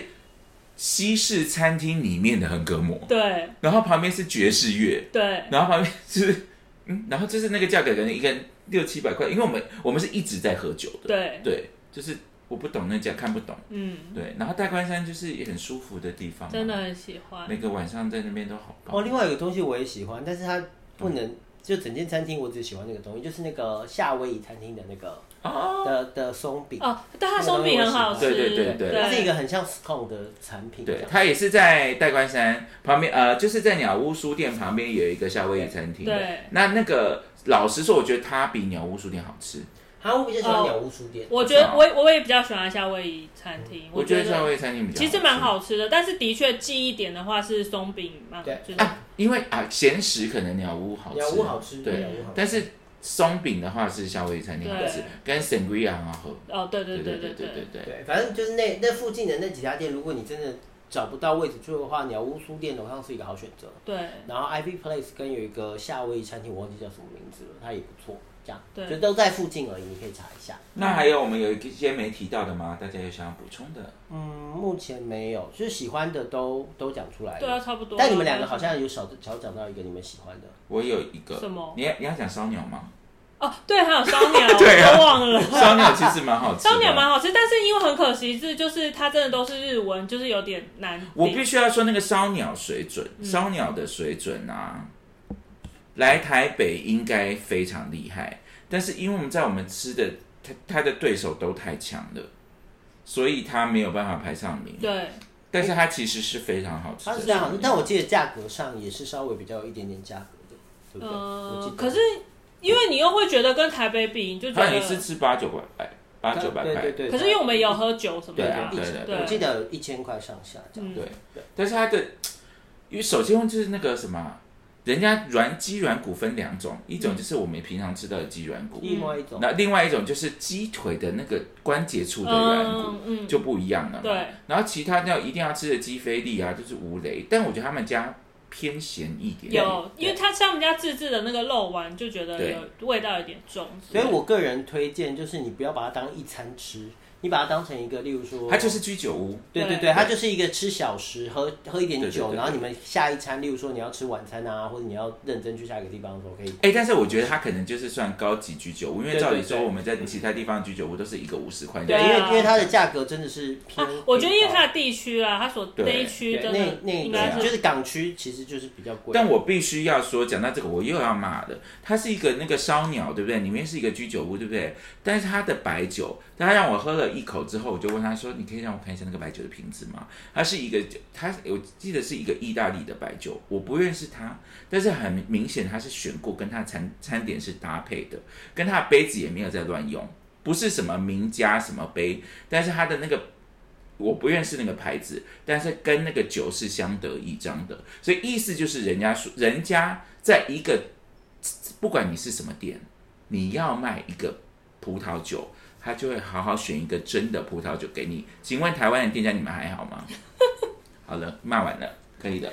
西式餐厅里面的横膈膜，
对
然后旁边是爵士乐，
对
然后旁边是嗯，然后就是那个价格可能一个人六七百块，因为我们我们是一直在喝酒的，
对，
对，就是我不懂那家看不懂，
嗯，
对，然后大关山就是也很舒服的地方、
真的，很喜欢
每。个晚上在那边都好棒。
哦，另外有个东西我也喜欢，但是它不能。就整间餐厅，我只喜欢那个东西，就是那个夏威夷餐厅的那个、
哦
的的松饼，
哦，但它松饼很好吃，
对对对对
它是一个很像 scone 的产品。这
对，
样
它也是在代官山旁边，呃，就是在鸟屋书店旁边有一个夏威夷餐厅。
对
那那个老实说，我觉得它比鸟屋书店好吃。
好，我比较喜欢鸟屋书店。
我觉得我我也比较喜欢夏威夷餐厅，
我觉得
觉
夏威夷餐厅比较
其实蛮
吃
好吃的，但是的确记忆点的话是松饼嘛，
对
就是
啊，因为啊，咸食可能鸟屋好吃，
鸟屋好吃，
对
鸟屋好吃。
但是松饼的话是夏威夷餐厅好吃
对，
跟 sangria 很好喝。
哦，对对
对
对
对
对
对对对。
对，反正就是那那附近的那几家店，如果你真的找不到位置住的话，鸟屋书店楼上是一个好选择。
对。
然后 IV Place 跟有一个夏威夷餐厅，我忘记叫什么名字了，它也不错。这样，
对
就都在附近而已，你可以查一下。
那还有我们有一些没提到的吗？大家有想要补充的？
嗯，目前没有，就是喜欢的都都讲出来了。
对啊，差不多啊。
但你们两个好像有少少讲到一个你们喜欢的，
我有一个，
什么
你要你要讲烧鸟吗？
哦，对，还有烧鸟，
对啊
我都 忘了。
烧鸟其实蛮好吃的。
烧鸟蛮好吃，但是因为很可惜是，就是它真的都是日文，就是有点难顶。
我必须要说那个烧鸟水准，
嗯
烧鸟的水准啊，来台北应该非常厉害，但是因为我们在我们吃的，它它的对手都太强了，所以它没有办法排上名。
对，
但是它其实是非常好吃
它
的
是
烧
这
鸟。
样，但我记得价格上也是稍微比较有一点点价格的，对不对？我记
呃
得，
可是因为你又会觉得跟台北比，你就觉
它
得
一，次吃八九百块，八九百
对
块
对。对，
可是因为我们有喝酒什么
对
的
啊
啊，，
对
对
对
对
我记得有一千块上下这样。
嗯
对，啊但是它的，因为首先就是那个什么，人家软鸡软骨分两种，一种就是我们平常吃到的鸡软骨，
嗯
另外一种，
那另外一种就是鸡腿的那个关节处的软骨。
嗯嗯，
就不一样了嘛，
对。
然后其他要一定要吃的鸡菲力啊，就是无雷，但我觉得他们家偏咸一点。
有，
对啊
因为它像我们家自制的那个肉丸，就觉得
对
有味道有点重，
所以我个人推荐就是你不要把它当一餐吃，你把它当成一个，例如说，
它就是居酒屋，
对对
对
对，它就是一个吃小食，喝喝一点
对对
酒，
对
然后你们下一餐，例如说你要吃晚餐啊，或者你要认真去下一个地方的时候，可以
哎、但是我觉得它可能就是算高级居酒屋，因为
对对
照理
对
说我们在其他地方的居酒屋都是一个五十块
对
对，
啊
因
钱，
为因为它的价格真的是偏
啊，，我觉得因为
偏高
它的地区啦，它所
对
那一区真的
对那
应
那
该
个
对啊
就是是港区，其实就是比较贵。
但我必须要说，讲到这个我又要骂了，它是一个那个烧鸟，对不对？里面是一个居酒屋，对不对？但是它的白酒，他让我喝了一口之后，我就问他说：“你可以让我看一下那个白酒的瓶子吗？”它是一个，它我记得是一个意大利的白酒，我不认识它，但是很明显它是选过，跟它餐餐点是搭配的，跟它的杯子也没有在乱用，不是什么名家什么杯，但是它的那个我不认识那个牌子，但是跟那个酒是相得益彰的，所以意思就是人家说，人家在一个不管你是什么店，你要卖一个葡萄酒，他就会好好选一个真的葡萄酒给你。请问台湾的店家你们还好吗？ 好了，骂完了，可以的。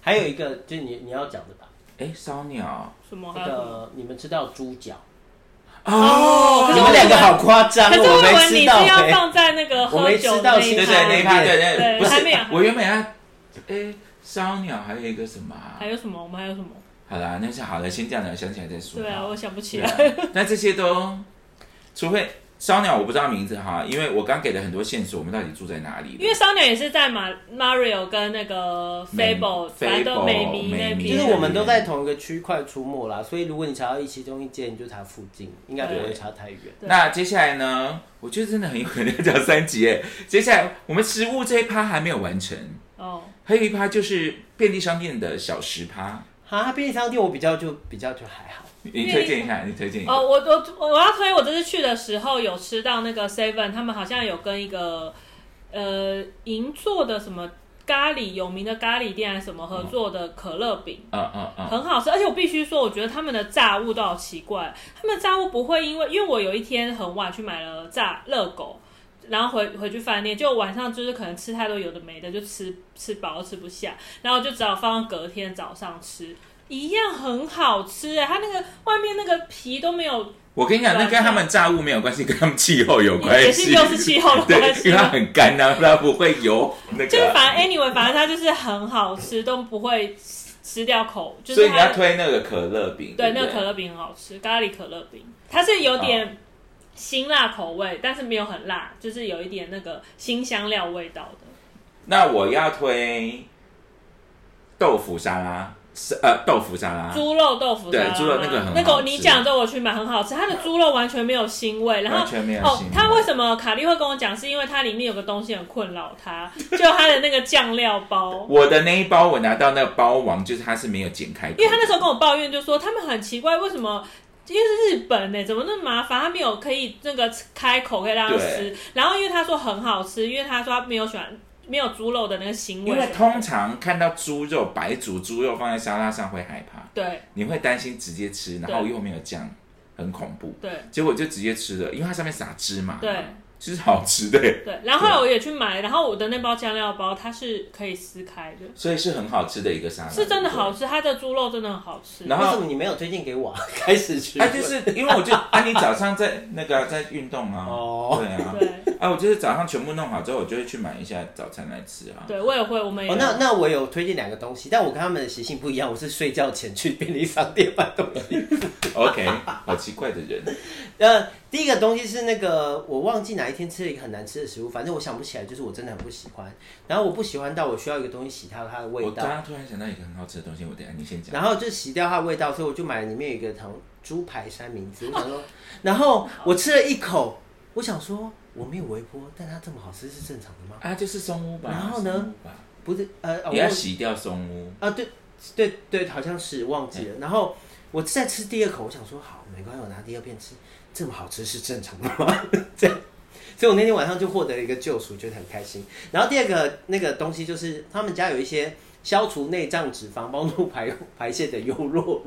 还有一个就是你你要讲的吧，
哎，烧鸟
什么还
那
有什么？
个你们吃到猪脚，
哦可
你
是我
们两个好夸张
可
哦，
是
我
以
没
为你
吃
是
到
要
哎。
放在那个
我
喝
没
酒
吃
的
到
那一
新
对
的
对，
趴
那一趴对
对
对，不
还没有
是，我原本要，哎，烧鸟还有一个什么啊？
还有什么？我们还有什么？
好啦，那是好了，先这样了，想起来再说。
对啊，我想不起
对
来。
啊，那这些都，除非烧鸟我不知道名字哈，因为我刚给了很多线索，我们到底住在哪里？
因为烧鸟也是在马 Mario 跟那个 Fable，反正都
Fable，
美迷那
美迷
就
边，
是我们都在同一个区块出没啦，所以如果你查到一其中一间，你就查附近，应该不会差太远。
对
那接下来呢，我觉得真的很有可能要讲三集诶。接下来我们食物这一趴还没有完成，
哦，
还有一趴就是便利商店的小食趴，
哈，便利商店我比较就比较就还好，
你推荐一下，你推荐一下。
哦，我我我要推，我这次去的时候有吃到那个 Seven，他们好像有跟一个呃银座的什么咖喱有名的咖喱店还是什么合作的可乐饼。
嗯嗯嗯，
很好吃，而且我必须说，我觉得他们的炸物都好奇怪。他们的炸物不会因为，因为我有一天很晚去买了炸热狗，然后回回去饭店，就晚上就是可能吃太多有的没的，就吃吃饱吃不下，然后就只好放到隔天早上吃，一样很好吃哎、它那个外面那个皮都没有，
我跟你讲，那跟他们炸物没有关系，跟他们气候有关系，
也是又是气候的
对
关，系
因为它
吗？
很干啊，它不会有那
就是
个。
反正 anyway，反正它就是很好吃，都不会吃掉口，就
所
是
以你要
它。
推那个可乐饼，
对，
不
那个可乐饼很好吃，咖喱可乐饼，它是有点辛辣口味，但是没有很辣，就是有一点那个新香料味道的。
那我要推豆腐沙拉，是呃豆腐沙拉，
猪肉豆腐沙拉
对
吗
猪肉那个很好吃
那个你讲的我去买很好吃，它的猪肉完全没有腥味，然后
完全没有腥
哦
味，
它为什么卡莉会跟我讲，是因为它里面有个东西很困扰它，就它的那个酱料包。
我的那一包我拿到那个包王，就是它是没有剪开口的，
因为他那时候跟我抱怨，就说他们很奇怪，为什么？因为是日本欸呢、怎么那么麻烦？他没有可以那个开口可以让他吃
对，
然后因为他说很好吃，因为他说他没有喜欢没有猪肉的那个腥
因为
味，
通常看到猪肉白煮猪肉放在沙拉上会害怕，
对
你会担心直接吃，然后
对
又没有酱，很恐怖。
对
结果就直接吃了，因为它上面撒芝麻嘛。
对
就是好吃的耶，
对，然后后来我也去买，然后我的那包酱料包它是可以撕开的，
所以是很好吃的一个沙拉，
是真的好
吃。
吃，它的猪肉真的很好吃。
然
为什
后
么你没有推荐给我、啊？开始去，
啊，就是因为我就啊，你早上在那个啊、在运动啊，
哦
对啊，
对
啊，我就是早上全部弄好之后，我就会去买一下早餐来吃啊。
对，我也会，我们也
哦，那那我有推荐两个东西，但我跟他们的习性不一样，我是睡觉前去便利商店买东西。
OK，好奇怪 的人，
呃，第一个东西是那个我忘记哪一天吃了一个很难吃的食物，反正我想不起来，就是我真的很不喜欢。然后我不喜欢到我需要一个东西洗它它的味
我
道
刚，刚突然想到一个很好吃的东西，我等一下你先讲。
然后就洗掉它的味道，所以我就买了里面有一个糖猪排三明治，我想说，然后我吃了一口，我想说我没有微波，但它这么好吃是正常的吗？
啊，就是松屋吧，
然后呢
松屋吧？
不是，呃，哦
你要
我
洗掉松屋，
啊，对对对，好像是忘记了。然后我再吃第二口，我想说好，没关系，我拿第二片吃，这么好吃是正常的吗？ 这样，所以我那天晚上就获得了一个救赎，觉得很开心。然后第二个那个东西就是他们家有一些。消除内脏脂肪，帮助排 排泄的优酪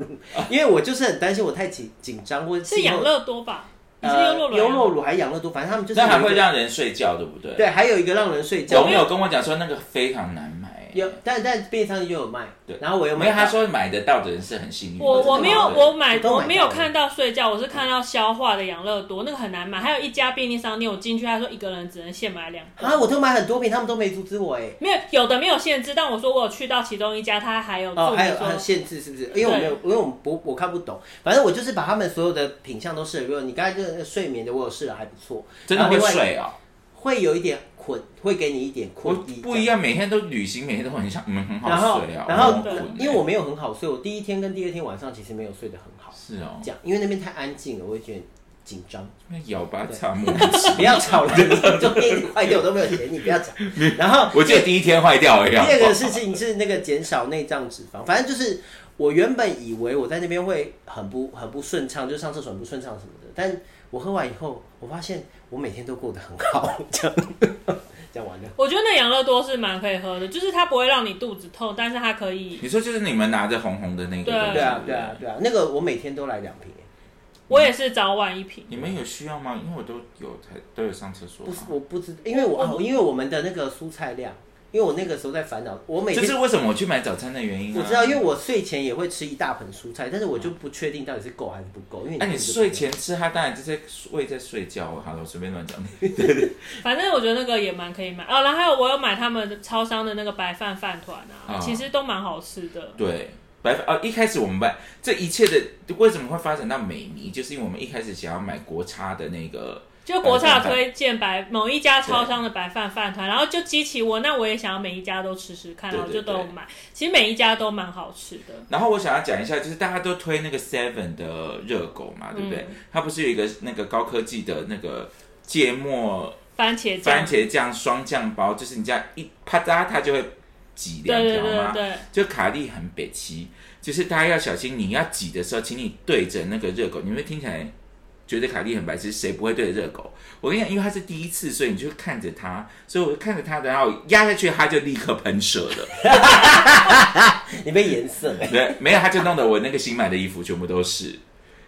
乳，因为我就是很担心我太紧紧张，或者
是养乐多吧？你是优
呃
酪乳？
优酪乳还是养乐多，反正他们就是
那还
有一
会
个
让人睡觉，对不对？。
对，还有一个让人睡觉
朋，友跟我讲说那个非常难买，
有但但便利商店就有卖，
对
然后我又
没有
买
他
到，
说买得到的人是很幸运的。
我我没有我买
我都买
我
到
没有
了
看到睡觉，我是看到消化的养乐多那个很难买，还有一家便利商店我进去，他说一个人只能限买两个，
啊，我都买很多瓶，他们都没阻止我哎、
没有有的没有限制，但我说我有去到其中一家，他还有
哦，
注
还
明
有还有
说
限制是不是？因为我没有，因为我们不我看不懂。反正我就是把他们所有的品相都试了。如果你刚才这个睡眠的，我有试了，还不错。
真的
然后
会
另外
睡哦，
会有一点困，会给你一点
我
困意。
不一样，每天都旅行，每天都很想，嗯，很
然
好
后
睡啊。
然后
很好困
因为我没有很好睡，我第一天跟第二天晚上其实没有睡得很好。
是哦，
这样，因为那边太安静了，我会觉得紧张。
那咬把草木不吃。
不要吵了，你中间一直坏掉，我都没有嫌你，不要吵。然后
我记得第一天坏掉而已。
第二个事情是那个减少内脏脂肪， 反正就是我原本以为我在那边会很不很不顺畅，就上厕所很不顺畅什么的，但我喝完以后，我发现我每天都过得很好， 这样这样完了。
我觉得那养乐多是蛮可以喝的，就是它不会让你肚子痛，但是它可以，
你说就是你们拿着红红的那个
对
东西，
对啊，对啊，对啊，那个我每天都来两瓶，
我也是早晚一瓶。
你们有需要吗？因为我都有才都有上厕所
不
嘛。
是我不知，因为我哦，因为我们的那个蔬菜量，因为我那个时候在烦恼，我每
这
天
是为什么我去买早餐的原因、啊。
我知道，因为我睡前也会吃一大盆蔬菜，但是我就不确定到底是够还是不够，因为
哎、
根
嗯你
本就不
睡
知道
前吃它，当然就是胃在睡觉哦。好了，我随便乱 讲。
反正我觉得那个也蛮可以买哦，然后还有我有买他们的超商的那个白饭饭团啊，
哦
啊
其实都蛮好吃的。
对，白饭哦，一开始我们把这一切的为什么会发展到美迷，就是因为我们一开始想要买国差的那个，
就国差有推荐白某一家超商的白饭饭团，然后就激起我，那我也想要每一家都吃吃看，
对
然后就都有
对对
买。其实每一家都蛮好吃的，
然后我想要讲一下，就是大家都推那个 Seven 的热狗嘛，对不对？
嗯
它不是有一个那个高科技的那个芥末
番茄酱，
番茄酱双酱包，就是你这样一啪嗒，它就会挤
对
两
对
条
对
嘛。
对，
就卡利很北齐，就是大家要小心，你要挤的时候，请你对着那个热狗，你会听起来觉得卡利很白痴，谁不会对着热狗？我跟你讲，因为他是第一次，所以你就看着他，所以我就看着他，然后压下去，他就立刻喷射了。
你被颜色欸了。
对，没有，他就弄得我那个新买的衣服全部都是，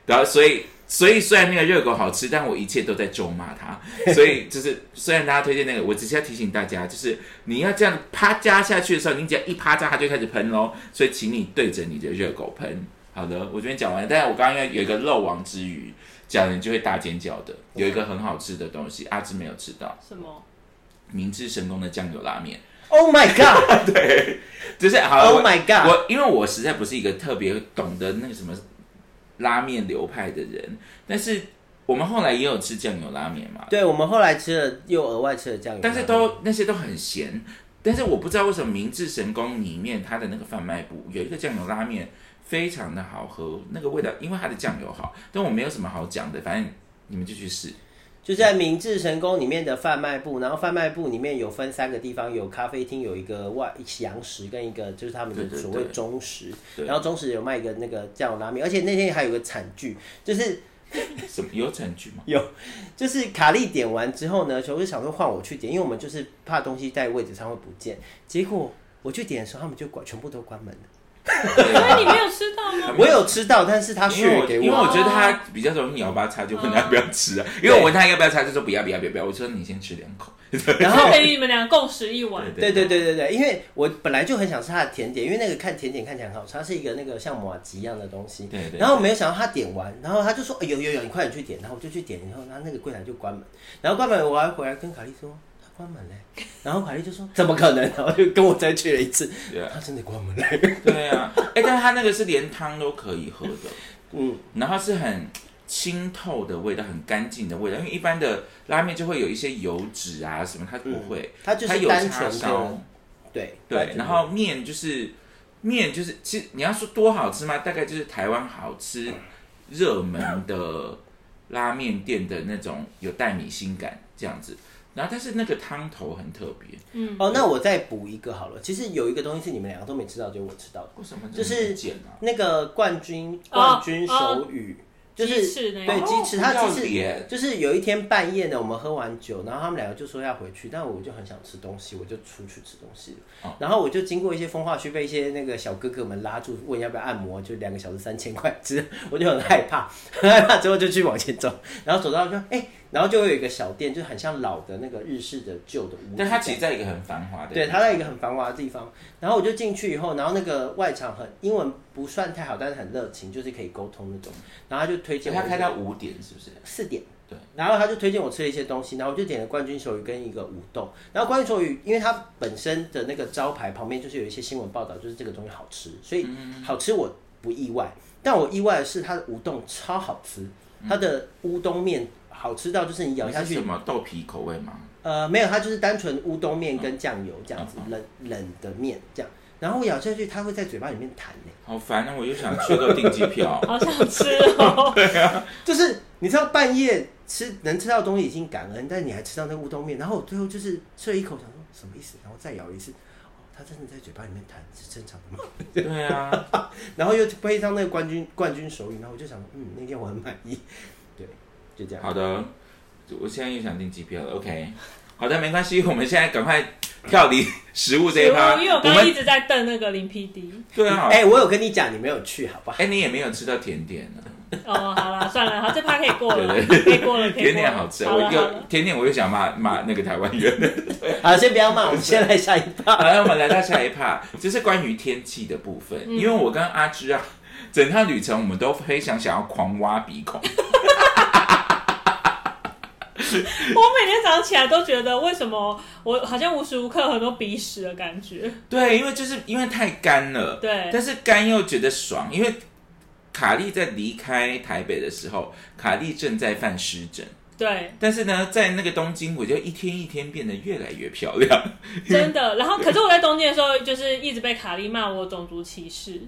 然后所以所以虽然那个热狗好吃，但我一切都在咒骂它。所以就是虽然大家推荐那个，我只是要提醒大家，就是你要这样啪加下去的时候，你只要一啪加，它就开始喷喽。所以请你对着你的热狗喷。好的，我这边讲完了，但是我刚刚要有一个漏网之鱼，讲了你就会大尖叫的。有一个很好吃的东西，阿芝没有吃到，
什么？
明治神功的酱油拉面。
Oh my god！Oh
就是好了
Oh my god！
我因为我实在不是一个特别懂得那个什么拉面流派的人，但是我们后来也有吃酱油拉面嘛，
对，我们后来吃了，又额外吃了酱油，
但是都那些都很咸。但是我不知道为什么明治神宫里面它的那个贩卖部有一个酱油拉面非常的好喝，那个味道因为它的酱油好，但我没有什么好讲的，反正你们就去试。
就在明治神宫里面的贩卖部，然后贩卖部里面有分三个地方，有咖啡厅，有一个外洋食跟一个就是他们
对
的
对
所谓
对
中食，
对
然后中食有卖一个那个酱油拉面，而且那天还有个惨剧，就是
什么有整句吗？
就是卡莉点完之后呢，球就想说换我去点，因为我们就是怕东西在位置上会不见，结果我去点的时候，他们就关全部都关门了。
所哎
啊
以你没有吃到 吗？
我有吃到，但是他
因为
血
我
给
因为我
我，
觉得他比较容易咬八叉，就问他要不要吃啊。因为我问他要不要吃，他就说不要不要不要不要。我说你先吃两口。
然后
所以等于你们俩共食一碗。
对对对对对，因为我本来就很想吃它的甜点，因为那个看甜点看起来很好吃，它是一个那个像马吉一样的东西。
对对对
然后没有想到他点完，然后他就说：“哎有有有，你快点去点。”然后我就去点，然后他那个柜台就关门，然后关门我还回来跟卡莉说。他关门 嘞，然后卡莉就说：“怎么可能？”然后就跟我再去了一次，
对啊
他真的关门嘞。
对啊！哎，但他那个是连汤都可以喝的，
嗯，
然后是很清透的味道，很干净的味道。因为一般的拉面就会有一些油脂啊什么，它不会，
嗯它就是
有
单
叉
纯
烧
的。对
对，然后面就是面就是，其实你要说多好吃吗？大概就是台湾好吃
嗯
热门的拉面店的那种有带米心感这样子。然后但是那个汤头很特别，
嗯，
哦，那我再补一个好了。其实有一个东西是你们两个都没吃到，就是我吃到的。
为什么
就是
减啊？
那个冠军冠
哦
军手语，就是
鸡翅那个。
对鸡翅，他
哦
其
不要
实
脸
就是有一天半夜呢，我们喝完酒，然后他们两个就说要回去，但我就很想吃东西，我就出去吃东西了
哦
然后我就经过一些风化区，被一些那个小哥哥们拉住，问要不要按摩，就两个小时三千块，之 后我就很害怕， 很害怕，之后就去往前走，然后走到就哎、然后就会有一个小店，就很像老的那个日式的旧的屋子这样，
但它其实在一个很繁华的地
对，
方，
它在一个很繁华的地方，然后我就进去以后，然后那个外场很英文不算太好，但是很热情，就是可以沟通那种。然后他就推荐我
它开到
一些
五点是不是？
四点，
对，
然后他就推荐我吃了一些东西，然后我就点了冠军手鱼跟一个五豆。然后冠军手鱼，因为它本身的那个招牌旁边就是有一些新闻报道，就是这个东西好吃，所以
嗯
好吃我不意外，但我意外的是它的五豆超好吃，它的乌冬面好吃到就是你咬下
你是
去
什么豆皮口味吗？
呃，没有，它就是单纯乌冬面跟酱油这样子，冷冷的面这样。然后我咬下去，它会在嘴巴里面弹欸呢、
好烦啊！我又想去，都订机 票
好想吃哦。
就是你知道半夜吃能吃到的东西已经感恩，但你还吃到那个乌冬面，然后我最后就是吃了一口，想说什么意思，然后再咬一次，哦，它真的在嘴巴里面弹是正常的吗？
对啊，
然后又配上那个冠军冠军手语，然后我就想说，嗯，那天我很满意，对，就这样。
好的，我现在又想订机票了。OK，好的，没关系，我 们现在赶快跳离食物这一趴。
因为我
我
刚刚一
们
直在瞪那个林 PD。
对啊，
哎、
哎、
我有跟你讲，你没有去，好不好？
你也没有吃到甜点啊呢、
哦，好了，算了，好，这趴可以过了，
对
可以过了，可以
甜
过
点
了。
好吃，
好
我
了好
又
了，
甜点我又想骂骂那个台湾人。
好，先不要骂，我们先来下一趴。
好了，我们来到下一趴，就是关于天气的部分。
嗯
因为我跟阿芝啊，整趟旅程我们都非常想要狂挖鼻 孔，
我每天早上起来都觉得，为什么我好像无时无刻很多鼻屎的感觉？
对，因为就是因为太干了，
对
但是干又觉得爽，因为卡莉在离开台北的时候，卡莉正在犯湿疹。
对，
但是呢，在那个东京，我就一天一天变得越来越漂亮。
真的。然后，可是我在东京的时候，就是一直被卡莉骂我种族歧视。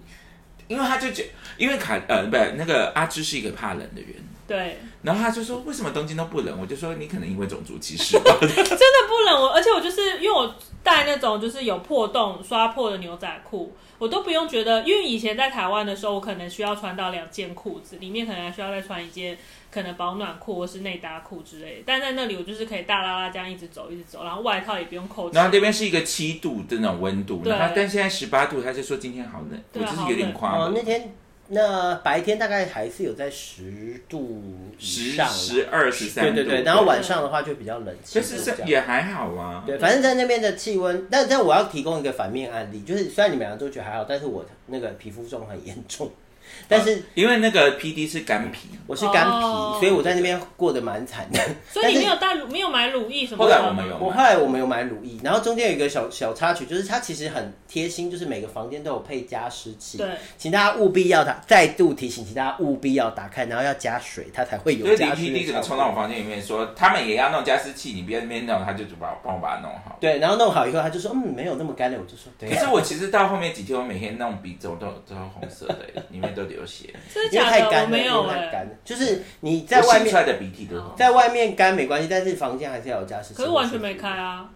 因为他就觉，因为卡呃不，那个阿芝是一个怕冷的人，
对，
然后他就说为什么东京都不冷？我就说你可能因为种族歧视 吧。
真的不冷我，而且我就是因为我带那种就是有破洞、刷破的牛仔裤，我都不用觉得，因为以前在台湾的时候，我可能需要穿到两件裤子，里面可能还需要再穿一件可能保暖裤或是内搭裤之类的。但在那里，我就是可以大拉拉这样一直走，一直走，然后外套也不用扣起
然后
来。
那边是一个七度的那种温度，
对
然后但现在十八度，他就说今天好冷，我
对啊
就是有点夸
哦，那
了。
天那白天大概还是有在十度以
十
上啦，
十二十三
对
度，
对对，然后晚上的话就比较冷清，
但是
这
是
样。
也还好啊。
对，反正在那边的气温，但但我要提供一个反面案例，就是虽然你们两个都觉得还好，但是我那个皮肤状况很严重，但是
啊因为那个 P D 是干皮，
我是干皮，
哦
所以我在那边过得蛮惨的。
所
但
以你没
是
有带乳，没有买乳液什么
后
的
来
吗。
我们有
我后来我们有买乳液，然后中间有一个小小插曲，就是它其实很贴心，就是每个房间都有配加湿器。
对，
请大家务必要打，再度提醒，请大家务必要打开，然后要加水，它才会有
所以林
加
P
湿
D
的
可
效
能冲
果。
到我房间里面说，他们也要弄加湿器，你别在那边弄，他就把我帮我把它弄好。
对，然后弄好以后，他就说嗯，没有那么干了，我就说对
可
啊、
是我其实到后面几天，我每天弄鼻子我都都是红色的，里面都流血，
真的
因为
假
太
的？我
干了，
没
因
有
为太
哎、
干了，就是你 在
我
外
洗
面哦
出来的鼻涕都是红色。
在外面干没关系，但是房间还是要有加湿器。
可是完全没开啊。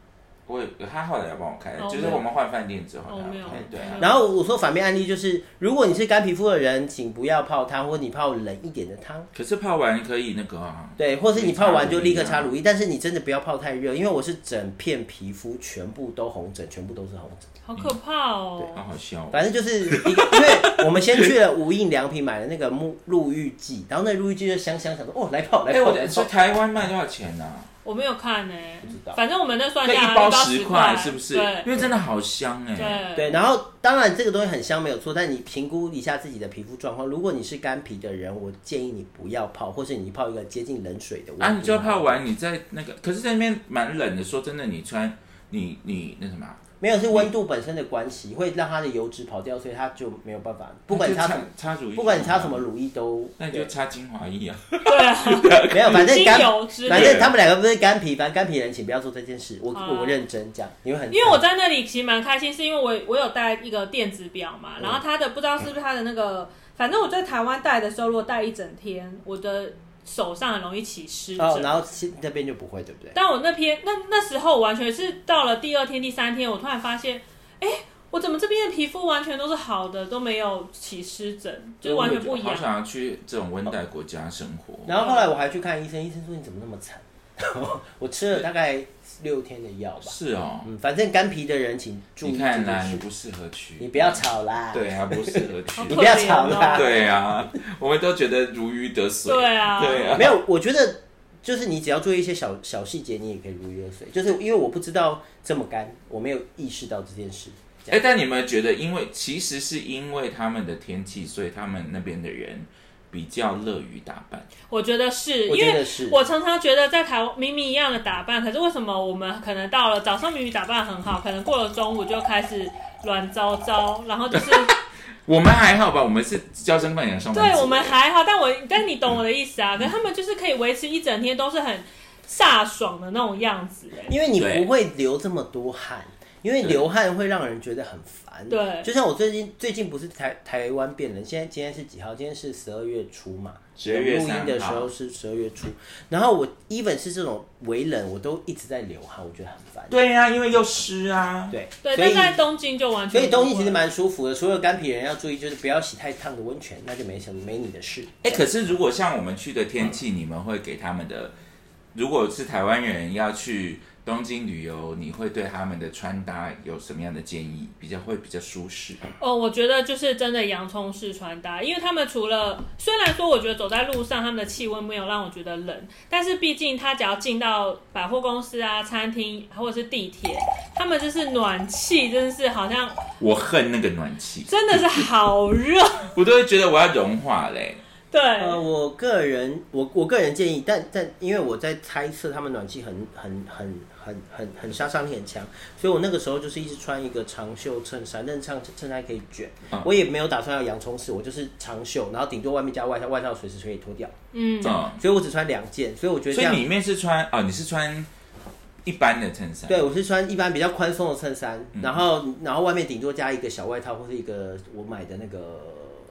我也他后来要帮我开的，
哦
就是我们换饭店之后
哦
他
没有
要开，对啊，
然后我说反面案例就是，如果你是干皮肤的人，请不要泡汤，或你泡冷一点的汤，
可是泡完可以那个啊，
对，或是你泡完就立刻擦乳液，但是你真的不要泡太热，因为我是整片皮肤全部都红疹，全部都是红疹。
好可怕
好
哦！
好笑哦。
反正就是一个，因为我们先去了无印良品买了那个沐沐浴剂，然后那沐浴剂就香香，想说哦来泡来
哎，
泡
我
来
的说
泡，
台湾卖多少钱呢？
我没有看呢
知道，
反正我们那算
那
下来
一包
十
十块是不是？嗯
对
因为真的好香哎。
对
对，然后当然这个东西很香没有错，但你评估一下自己的皮肤状况，如果你是干皮的人，我建议你不要泡，或是你泡一个接近冷水的温度。
啊，你就要泡完，你在那个，可是在那边蛮冷的。说真的，你穿你你那什么啊，
没有，是温度本身的关系，会让它的油脂跑掉，所以它就没有办法。不管你
那
擦
就
什
擦
么，
擦乳液，
不管你擦什么，乳液都
那你就擦精华液啊。
对啊，
没有，反正
精
干
油之类，
反正他们两个不是干皮，反正干皮人请不要做这件事。我
哦
我认真讲，你会很
因为我在那里其实蛮开心，是因为我我有带一个电子表嘛，
嗯
然后它的不知道是不是它的那个，反正我在台湾戴的时候，如果戴一整天，我的手上很容易起湿疹。
哦，然后其那边就不会，对不对？
但我那天那那时候完全是到了第二天、第三天，我突然发现，哎、我怎么这边的皮肤完全都是好的，都没有起湿疹，就是完全不一
我
样
好。想要去这种温带国家生活。
然后后来我还去看医生，医生说你怎么那么惨？ 我吃了大概六天的药吧。
是哦，
嗯，反正干皮的人请注意
你
这件
看啦，你
事。
不适合去。
你不要吵啦。
对啊，不适合
好
你。
去
可
不要
怜
吵啦
哦
对啊，我们都觉得如鱼得水。
对啊
对啊。
没有，我觉得就是你只要注意一些小小细节，你也可以如鱼得水。就是因为我不知道这么干，我没有意识到这件事。这
哎、
样
但你们觉得，因为其实是因为他们的天气，所以他们那边的人比较乐于打扮。
我觉得是
我
因
觉
为
得是
我常常觉得在台湾明明一样的打扮，可是为什么我们可能到了早上明明打扮很好，可能过了中午就开始乱糟糟，然后就是
我们还好吧，我们是娇生惯养上班
对
族。
我们还好，但我但你懂我的意思啊，可是他们就是可以维持一整天都是很飒爽的那种样子、哎
因为你
对
不会流这么多汗，因为流汗会让人觉得很烦。
对
就像我最近最近不是台台湾变冷，现在今天是几号？今天是十二月初嘛。
12月
录音的
3
时
号
候是十二月初，然后我 even 是这种微冷，我都一直在流汗，我觉得很烦。
对呀、啊，因为又湿啊。
对
对，
所以
但在东京就完全不
所
会，
以东西其实蛮舒服的，除了干皮人要注意，就是不要洗太烫的温泉，那就没什么没你的事。
哎、可是如果像我们去的天气，你们会给他们的，如果是台湾人要去东京旅游，你会对他们的穿搭有什么样的建议？比较会比较舒适。
哦，我觉得就是真的洋葱式穿搭，因为他们除了虽然说我觉得走在路上他们的气温没有让我觉得冷，但是毕竟他只要进到百货公司啊、餐厅或者是地铁，他们就是暖气，真的是好像
我恨那个暖气，
真的是好热，
我都会觉得我要融化嘞。
对，
呃，我个人我我个人建议，但但因为我在猜测他们暖气很很很很很很杀伤力很强，所以我那个时候就是一直穿一个长袖衬衫，但是长衬衫可以卷，
嗯
我也没有打算要洋葱式，我就是长袖，然后顶多外面加外套，外套随时可以脱掉，
嗯，
嗯，
所以我只穿两件，所以我觉得这
所以
样
里面是穿哦，你是穿一般的衬衫，
对，我是穿一般比较宽松的衬衫，
嗯
然后然后外面顶多加一个小外套或是一个我买的那个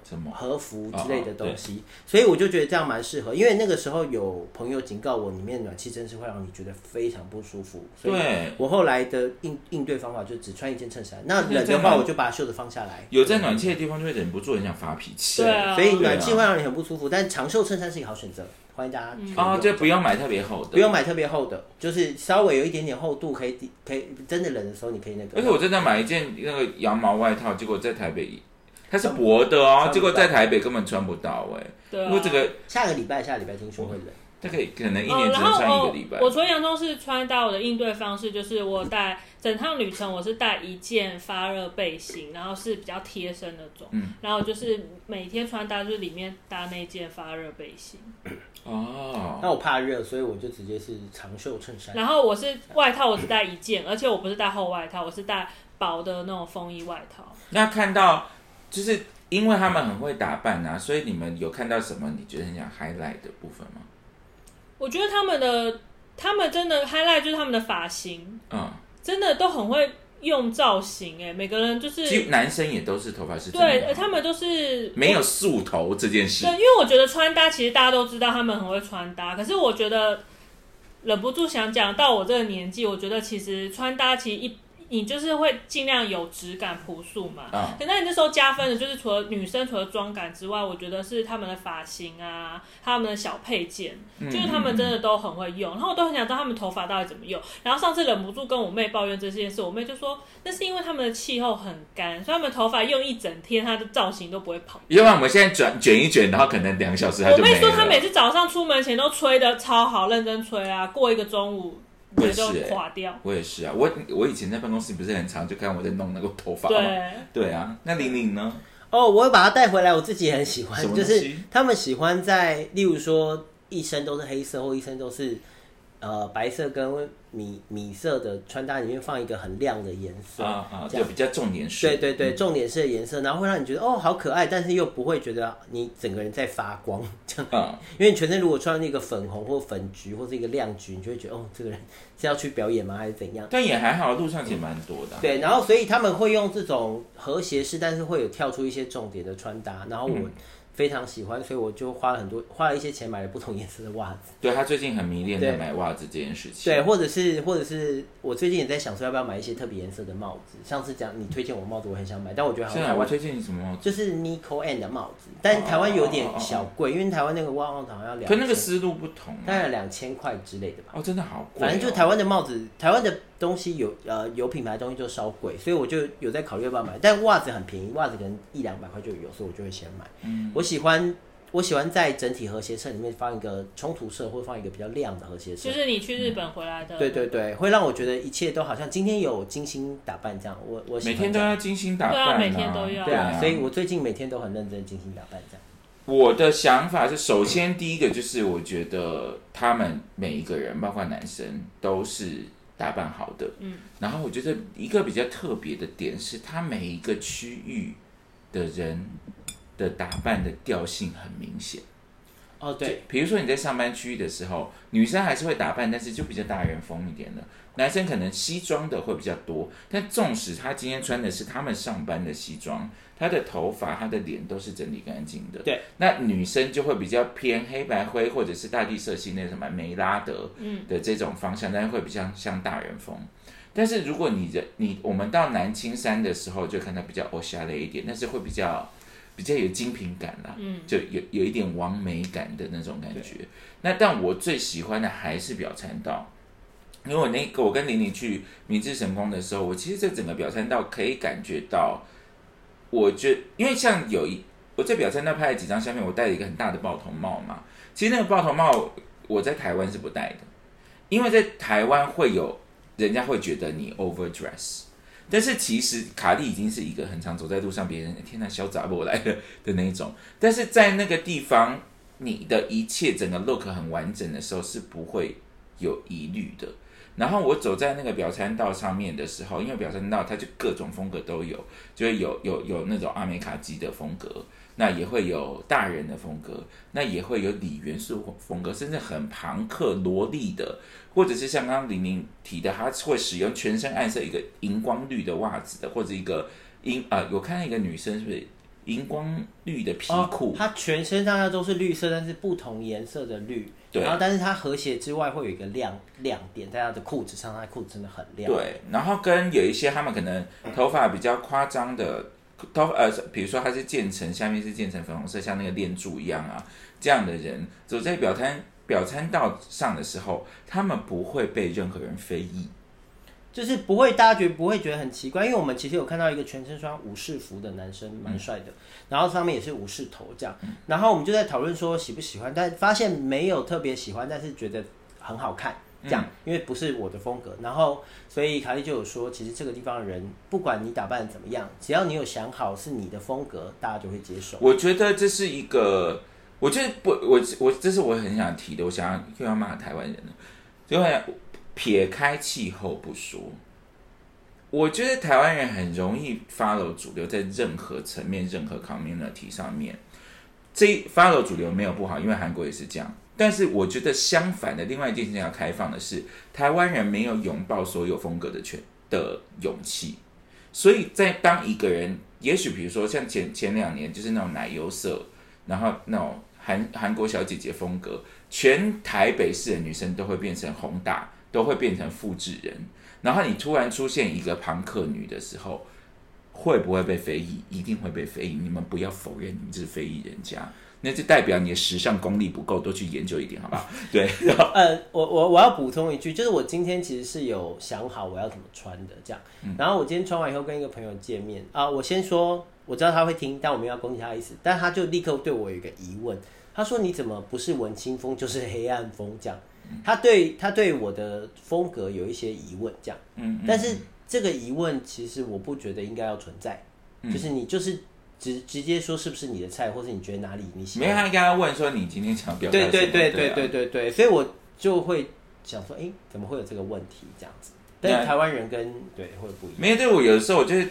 什么
和服之类的
哦哦
东西，所以我就觉得这样蛮适合。因为那个时候有朋友警告我，里面暖气真是会让你觉得非常不舒服，所以
对
我后来的应应对方法就只穿一件衬衫。那
那
冷的
这样
话，
很
我就把袖子放下来。
有在暖气的地方就会忍不住很想发脾气，
对啊
所以暖气会让你很不舒服，但长袖衬衫是一个好选择，欢迎大家去
哦，
用
就不用买特别厚的，
不用。买特别厚的，就是稍微有一点点厚度，可以抵可以真的冷的时候你可以那个。
而且哎我真的买一件那个羊毛外套，结果在台北它是薄的
穿不
哦，
到
结果在台北根本穿不到哎、
对、啊，
因为这个
下个礼拜，下个礼拜听说会冷。
大概可能一
哦，
年只
然
能
后
穿一
哦，
个礼拜。
我除了洋葱式穿搭，我的应对方式就是我带整趟旅程，我是带一件发热背心，然后是比较贴身那种，
嗯
然后就是每天穿搭就是里面搭那件发热背心，
那
哦，
我怕热，所以我就直接是长袖衬衫。
然后我是外套我只带一件，而且我不是带厚外套，我是带薄的那种风衣外套。
那看到就是因为他们很会打扮啊，所以你们有看到什么你觉得很想 highlight 的部分吗？
我觉得他们的他们真的 highlight 就是他们的发型，
嗯，
真的都很会用造型哎、每个人就是
其实男生也都是头发是真的
对，
好
呃他们都是
没有素头这件事
对，因为我觉得穿搭其实大家都知道他们很会穿搭，可是我觉得忍不住想讲，到我这个年纪，我觉得其实穿搭其实一。你就是会尽量有质感、朴素嘛。
啊
可那你那时候加分的，就是除了女生除了妆感之外，我觉得是他们的发型啊，他们的小配件，
嗯
就是他们真的都很会用。然后我都很想知道他们头发到底怎么用。然后上次忍不住跟我妹抱怨这件事，我妹就说那是因为他们的气候很干，所以他们头发用一整天，它的造型都不会跑。
要不然我们现在卷卷一卷，然后可能两个小时它
我
就没
妹
了。
说她每次早上出门前都吹的超好，认真吹啊，过一个中午
我
觉
也是
就
欸
垮掉。
我也是啊，我我以前在办公室不是很常就看我在弄那个头发吗？
对。
对啊，那玲玲呢？
哦，我有把它带回来，我自己也很喜
什
欢，
么
就
东西
是他们喜欢在，例如说一身都是黑色或一身都是呃白色跟米米色的穿搭里面放一个很亮的颜色
啊啊，
这
就嗯
样
比较重点是，
对对对，重点是颜色，然后会让你觉得哦好可爱，但是又不会觉得你整个人在发光 这样。
啊，
因为你全身如果穿那个粉红或粉橘或是一个亮橘，你就会觉得哦这个人是要去表演吗还是怎样？
但也还好，路上也蛮多的啊。
对，然后所以他们会用这种和谐式，但是会有跳出一些重点的穿搭，然后我
嗯
非常喜欢，所以我就花了很多花了一些钱买了不同颜色的袜子，
对他最近很迷恋在
对
买袜子这件事情。
对，或者是或者是我最近也在想说要不要买一些特别颜色的帽子，上次讲你推荐我帽子，我很想买，但我觉得好
现
像台
在我
湾
推荐你什么帽子？
就是 Nico and 的帽子，但台湾有点
哦哦哦哦
小贵，因为台湾那个袜帽好像要两，
可那个思路不同啊。
大概两千块之类的吧。
哦，真的好贵哦。
反正就台湾的帽子，台湾的东西有呃有品牌的东西就稍贵，所以我就有在考虑要不要买。但袜子很便宜，袜子可能一两百块就有，所以我就会先买。
嗯
我喜欢我喜欢在整体和谐色里面放一个冲突色，或放一个比较亮的和谐色
就。是你去日本回来的，
对对对，会让我觉得一切都好像今天有精心打扮这样。我我喜
每
欢
天
这
都
样
要精心打扮、
对啊每天都要
对
对
啊，所以我最近每天都很认真精心打扮这样。
我的想法是，首先第一个就是，我觉得他们每一个人，包括男生，都是打扮好的。嗯，然后我觉得一个比较特别的点是，他每一个区域的人的打扮的调性很明显。
哦，对，
比如说你在上班区域的时候，女生还是会打扮，但是就比较大人风一点的。男生可能西装的会比较多，但纵使他今天穿的是他们上班的西装，他的头发、他的脸都是整理干净的。
对，
那女生就会比较偏黑白灰或者是大地色系那什么梅拉德
嗯
的这种方向，但是会比较像大人风。但是如果你的你我们到南青山的时候，就看到比较欧夏类一点，但是会比较比较有精品感啦，嗯，就有有一点完美感的那种感觉。那但我最喜欢的还是表参道，因为我那个我跟玲玲去明治神宫的时候，我其实在整个表参道可以感觉到，我觉因为像有一我在表参道拍了几张相片，我戴了一个很大的豹头帽嘛，其实那个豹头帽我在台湾是不戴的，因为在台湾会有人家会觉得你 overdress。但是其实卡莉已经是一个很常走在路上，别人哎天哪，小杂我来了的那一种。但是在那个地方，你的一切整个 look 很完整的时候是不会有疑虑的。然后我走在那个表参道上面的时候，因为表参道它就各种风格都有，就会有有有那种阿美卡基的风格，那也会有大人的风格，那也会有李元素风格，甚至很朋克萝莉的，或者是像刚刚玲玲提的，她会使用全身暗色一个荧光绿的袜子的，或者一个荧啊、有看到一个女生是不是荧光绿的皮裤？
哦它全身上下都是绿色，但是不同颜色的绿。
对
然后，但是它和谐之外会有一个亮亮点，在它的裤子上，它的裤子真的很亮。，
对，然后跟有一些他们可能头发比较夸张的，头呃，比如说他是渐层，下面是渐层粉红色，像那个链柱一样啊，这样的人走在表参表参道上的时候，他们不会被任何人非议。
就是不会，大家觉得不会觉得很奇怪，因为我们其实有看到一个全身穿武士服的男生，蛮帅的，
嗯
然后上面也是武士头这样，然后我们就在讨论说喜不喜欢，但发现没有特别喜欢，但是觉得很好看。这
嗯
样，因为不是我的风格，然后所以卡莉就有说，其实这个地方的人，不管你打扮得怎么样，只要你有想好是你的风格，大家就会接受。
我觉得这是一个，我觉得不，我我这是我很想提的，我想要又要骂台湾人了，因为撇开气候不说，我觉得台湾人很容易 follow 主流，在任何层面、任何 community 上面，这一 follow 主流没有不好，因为韩国也是这样。但是我觉得相反的，另外一件事情要开放的是，台湾人没有拥抱所有风格的权的勇气。所以在当一个人，也许比如说像前前两年就是那种奶油色，然后那种韩韩国小姐姐风格，全台北市的女生都会变成宏大，都会变成复制人。然后你突然出现一个庞克女的时候，会不会被非议？一定会被非议。你们不要否认你们是非议人家，那就代表你的时尚功力不够，多去研究一点，好不好？对，然后
呃，我我我要补充一句，就是我今天其实是有想好我要怎么穿的这样，
嗯
然后我今天穿完以后跟一个朋友见面啊、我先说我知道他会听，但我没有要攻击他的意思，但他就立刻对我有一个疑问，他说你怎么不是文青风就是黑暗风这样？
嗯
他对他对我的风格有一些疑问这样，
嗯，
但是这个疑问其实我不觉得应该要存在，
嗯
就是你就是直直接说是不是你的菜，或是你觉得哪里你喜
没
欢
有，他应该要问说你今天想表达
对
什么？
对对对
啊
对对对，所以我就会想说，哎、怎么会有这个问题这样子？但
对啊
是台湾人跟对会不一样，
没有，对我有的时候我就会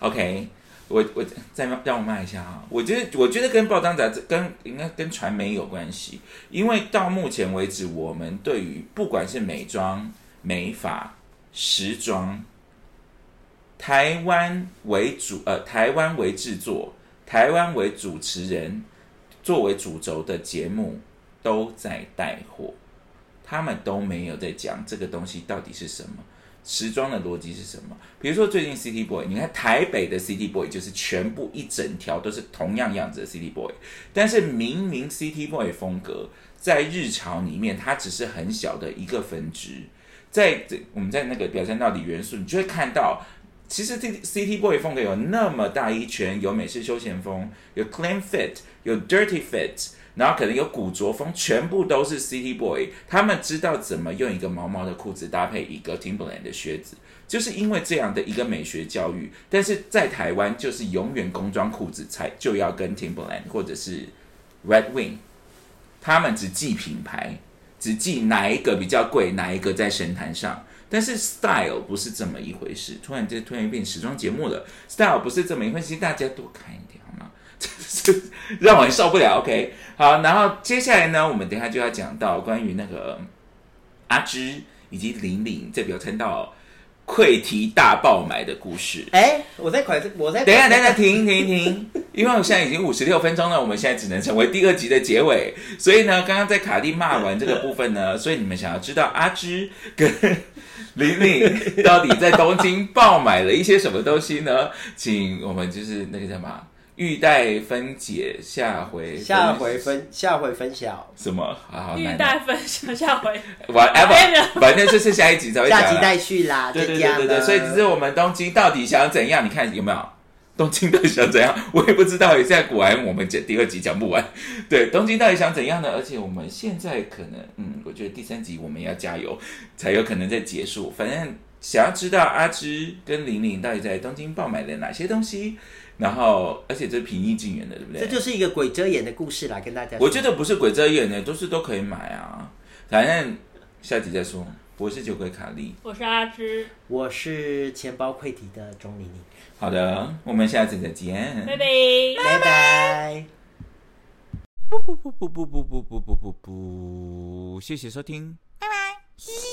，OK，我我再骂让我骂一下啊，我觉得我觉得跟报章杂志跟应该跟传媒有关系，因为到目前为止，我们对于不管是美妆、美发、时装，台湾为主呃台湾为制作，台湾为主持人作为主轴的节目都在带货，他们都没有在讲这个东西到底是什么。时装的逻辑是什么？比如说最近 City Boy，你看台北的 City Boy 就是全部一整条都是同样样子的 City Boy，但是明明 City Boy 风格在日潮里面，它只是很小的一个分支。在这我们在那个表现到李元素，你就会看到，其实这 City Boy 风格有那么大一圈，有美式休闲风，有 Clean Fit，有 Dirty Fit，然后可能有古着风，全部都是 City Boy。他们知道怎么用一个毛毛的裤子搭配一个 Timberland 的靴子，就是因为这样的一个美学教育。但是在台湾，就是永远工装裤子才就要跟 Timberland 或者是 Red Wing，他们只记品牌，只记哪一个比较贵，哪一个在神坛上。但是 style 不是这么一回事，突然就突然变时装节目了，style 不是这么一回事，大家多看一点好吗？ 这是让我受不了。OK，好，然后接下来呢，我们等一下就要讲到关于那个嗯阿芝以及玲玲在表参道溃堤大爆买的故事。
哎、我在快，我在
等一下，等一下，停停停！因为我现在已经五十六分钟了，我们现在只能成为第二集的结尾。所以呢，刚刚在卡蒂骂完这个部分呢，所以你们想要知道阿芝跟玲玲到底在东京爆买了一些什么东西呢？请我们就是那个叫什么，欲待分解，下回
下回分下回分晓，
什么？好好，
欲
难
待分享，下回哎呀
whatever，反正就是下一集才会讲啊
下
啦。
集待续啦， 啊
对
就
对
这
对
样
对对，
了
所以只是我们东京到底想怎样？你看有没有？东京到底想怎样？我也不知道。现在果然我们这第二集讲不完。 对，东京到底想怎样呢？而且我们现在可能，嗯，我觉得第三集我们要加油，才有可能再结束。反正想要知道阿芝跟玲玲到底在东京爆买了哪些东西，然后而且这是平易近人的，对不对？
这就是一个鬼遮眼的故事啦，跟大家说
我觉得不是鬼遮眼呢，都是都可以买啊。反正下集再说。我是酒鬼卡莉。
我是阿芝，
我是钱包溃堤的钟玲玲，
好的，我们下次再见。
拜拜。
拜拜
不不不不不不不不不不不，谢谢收听。
拜拜，嘻嘻。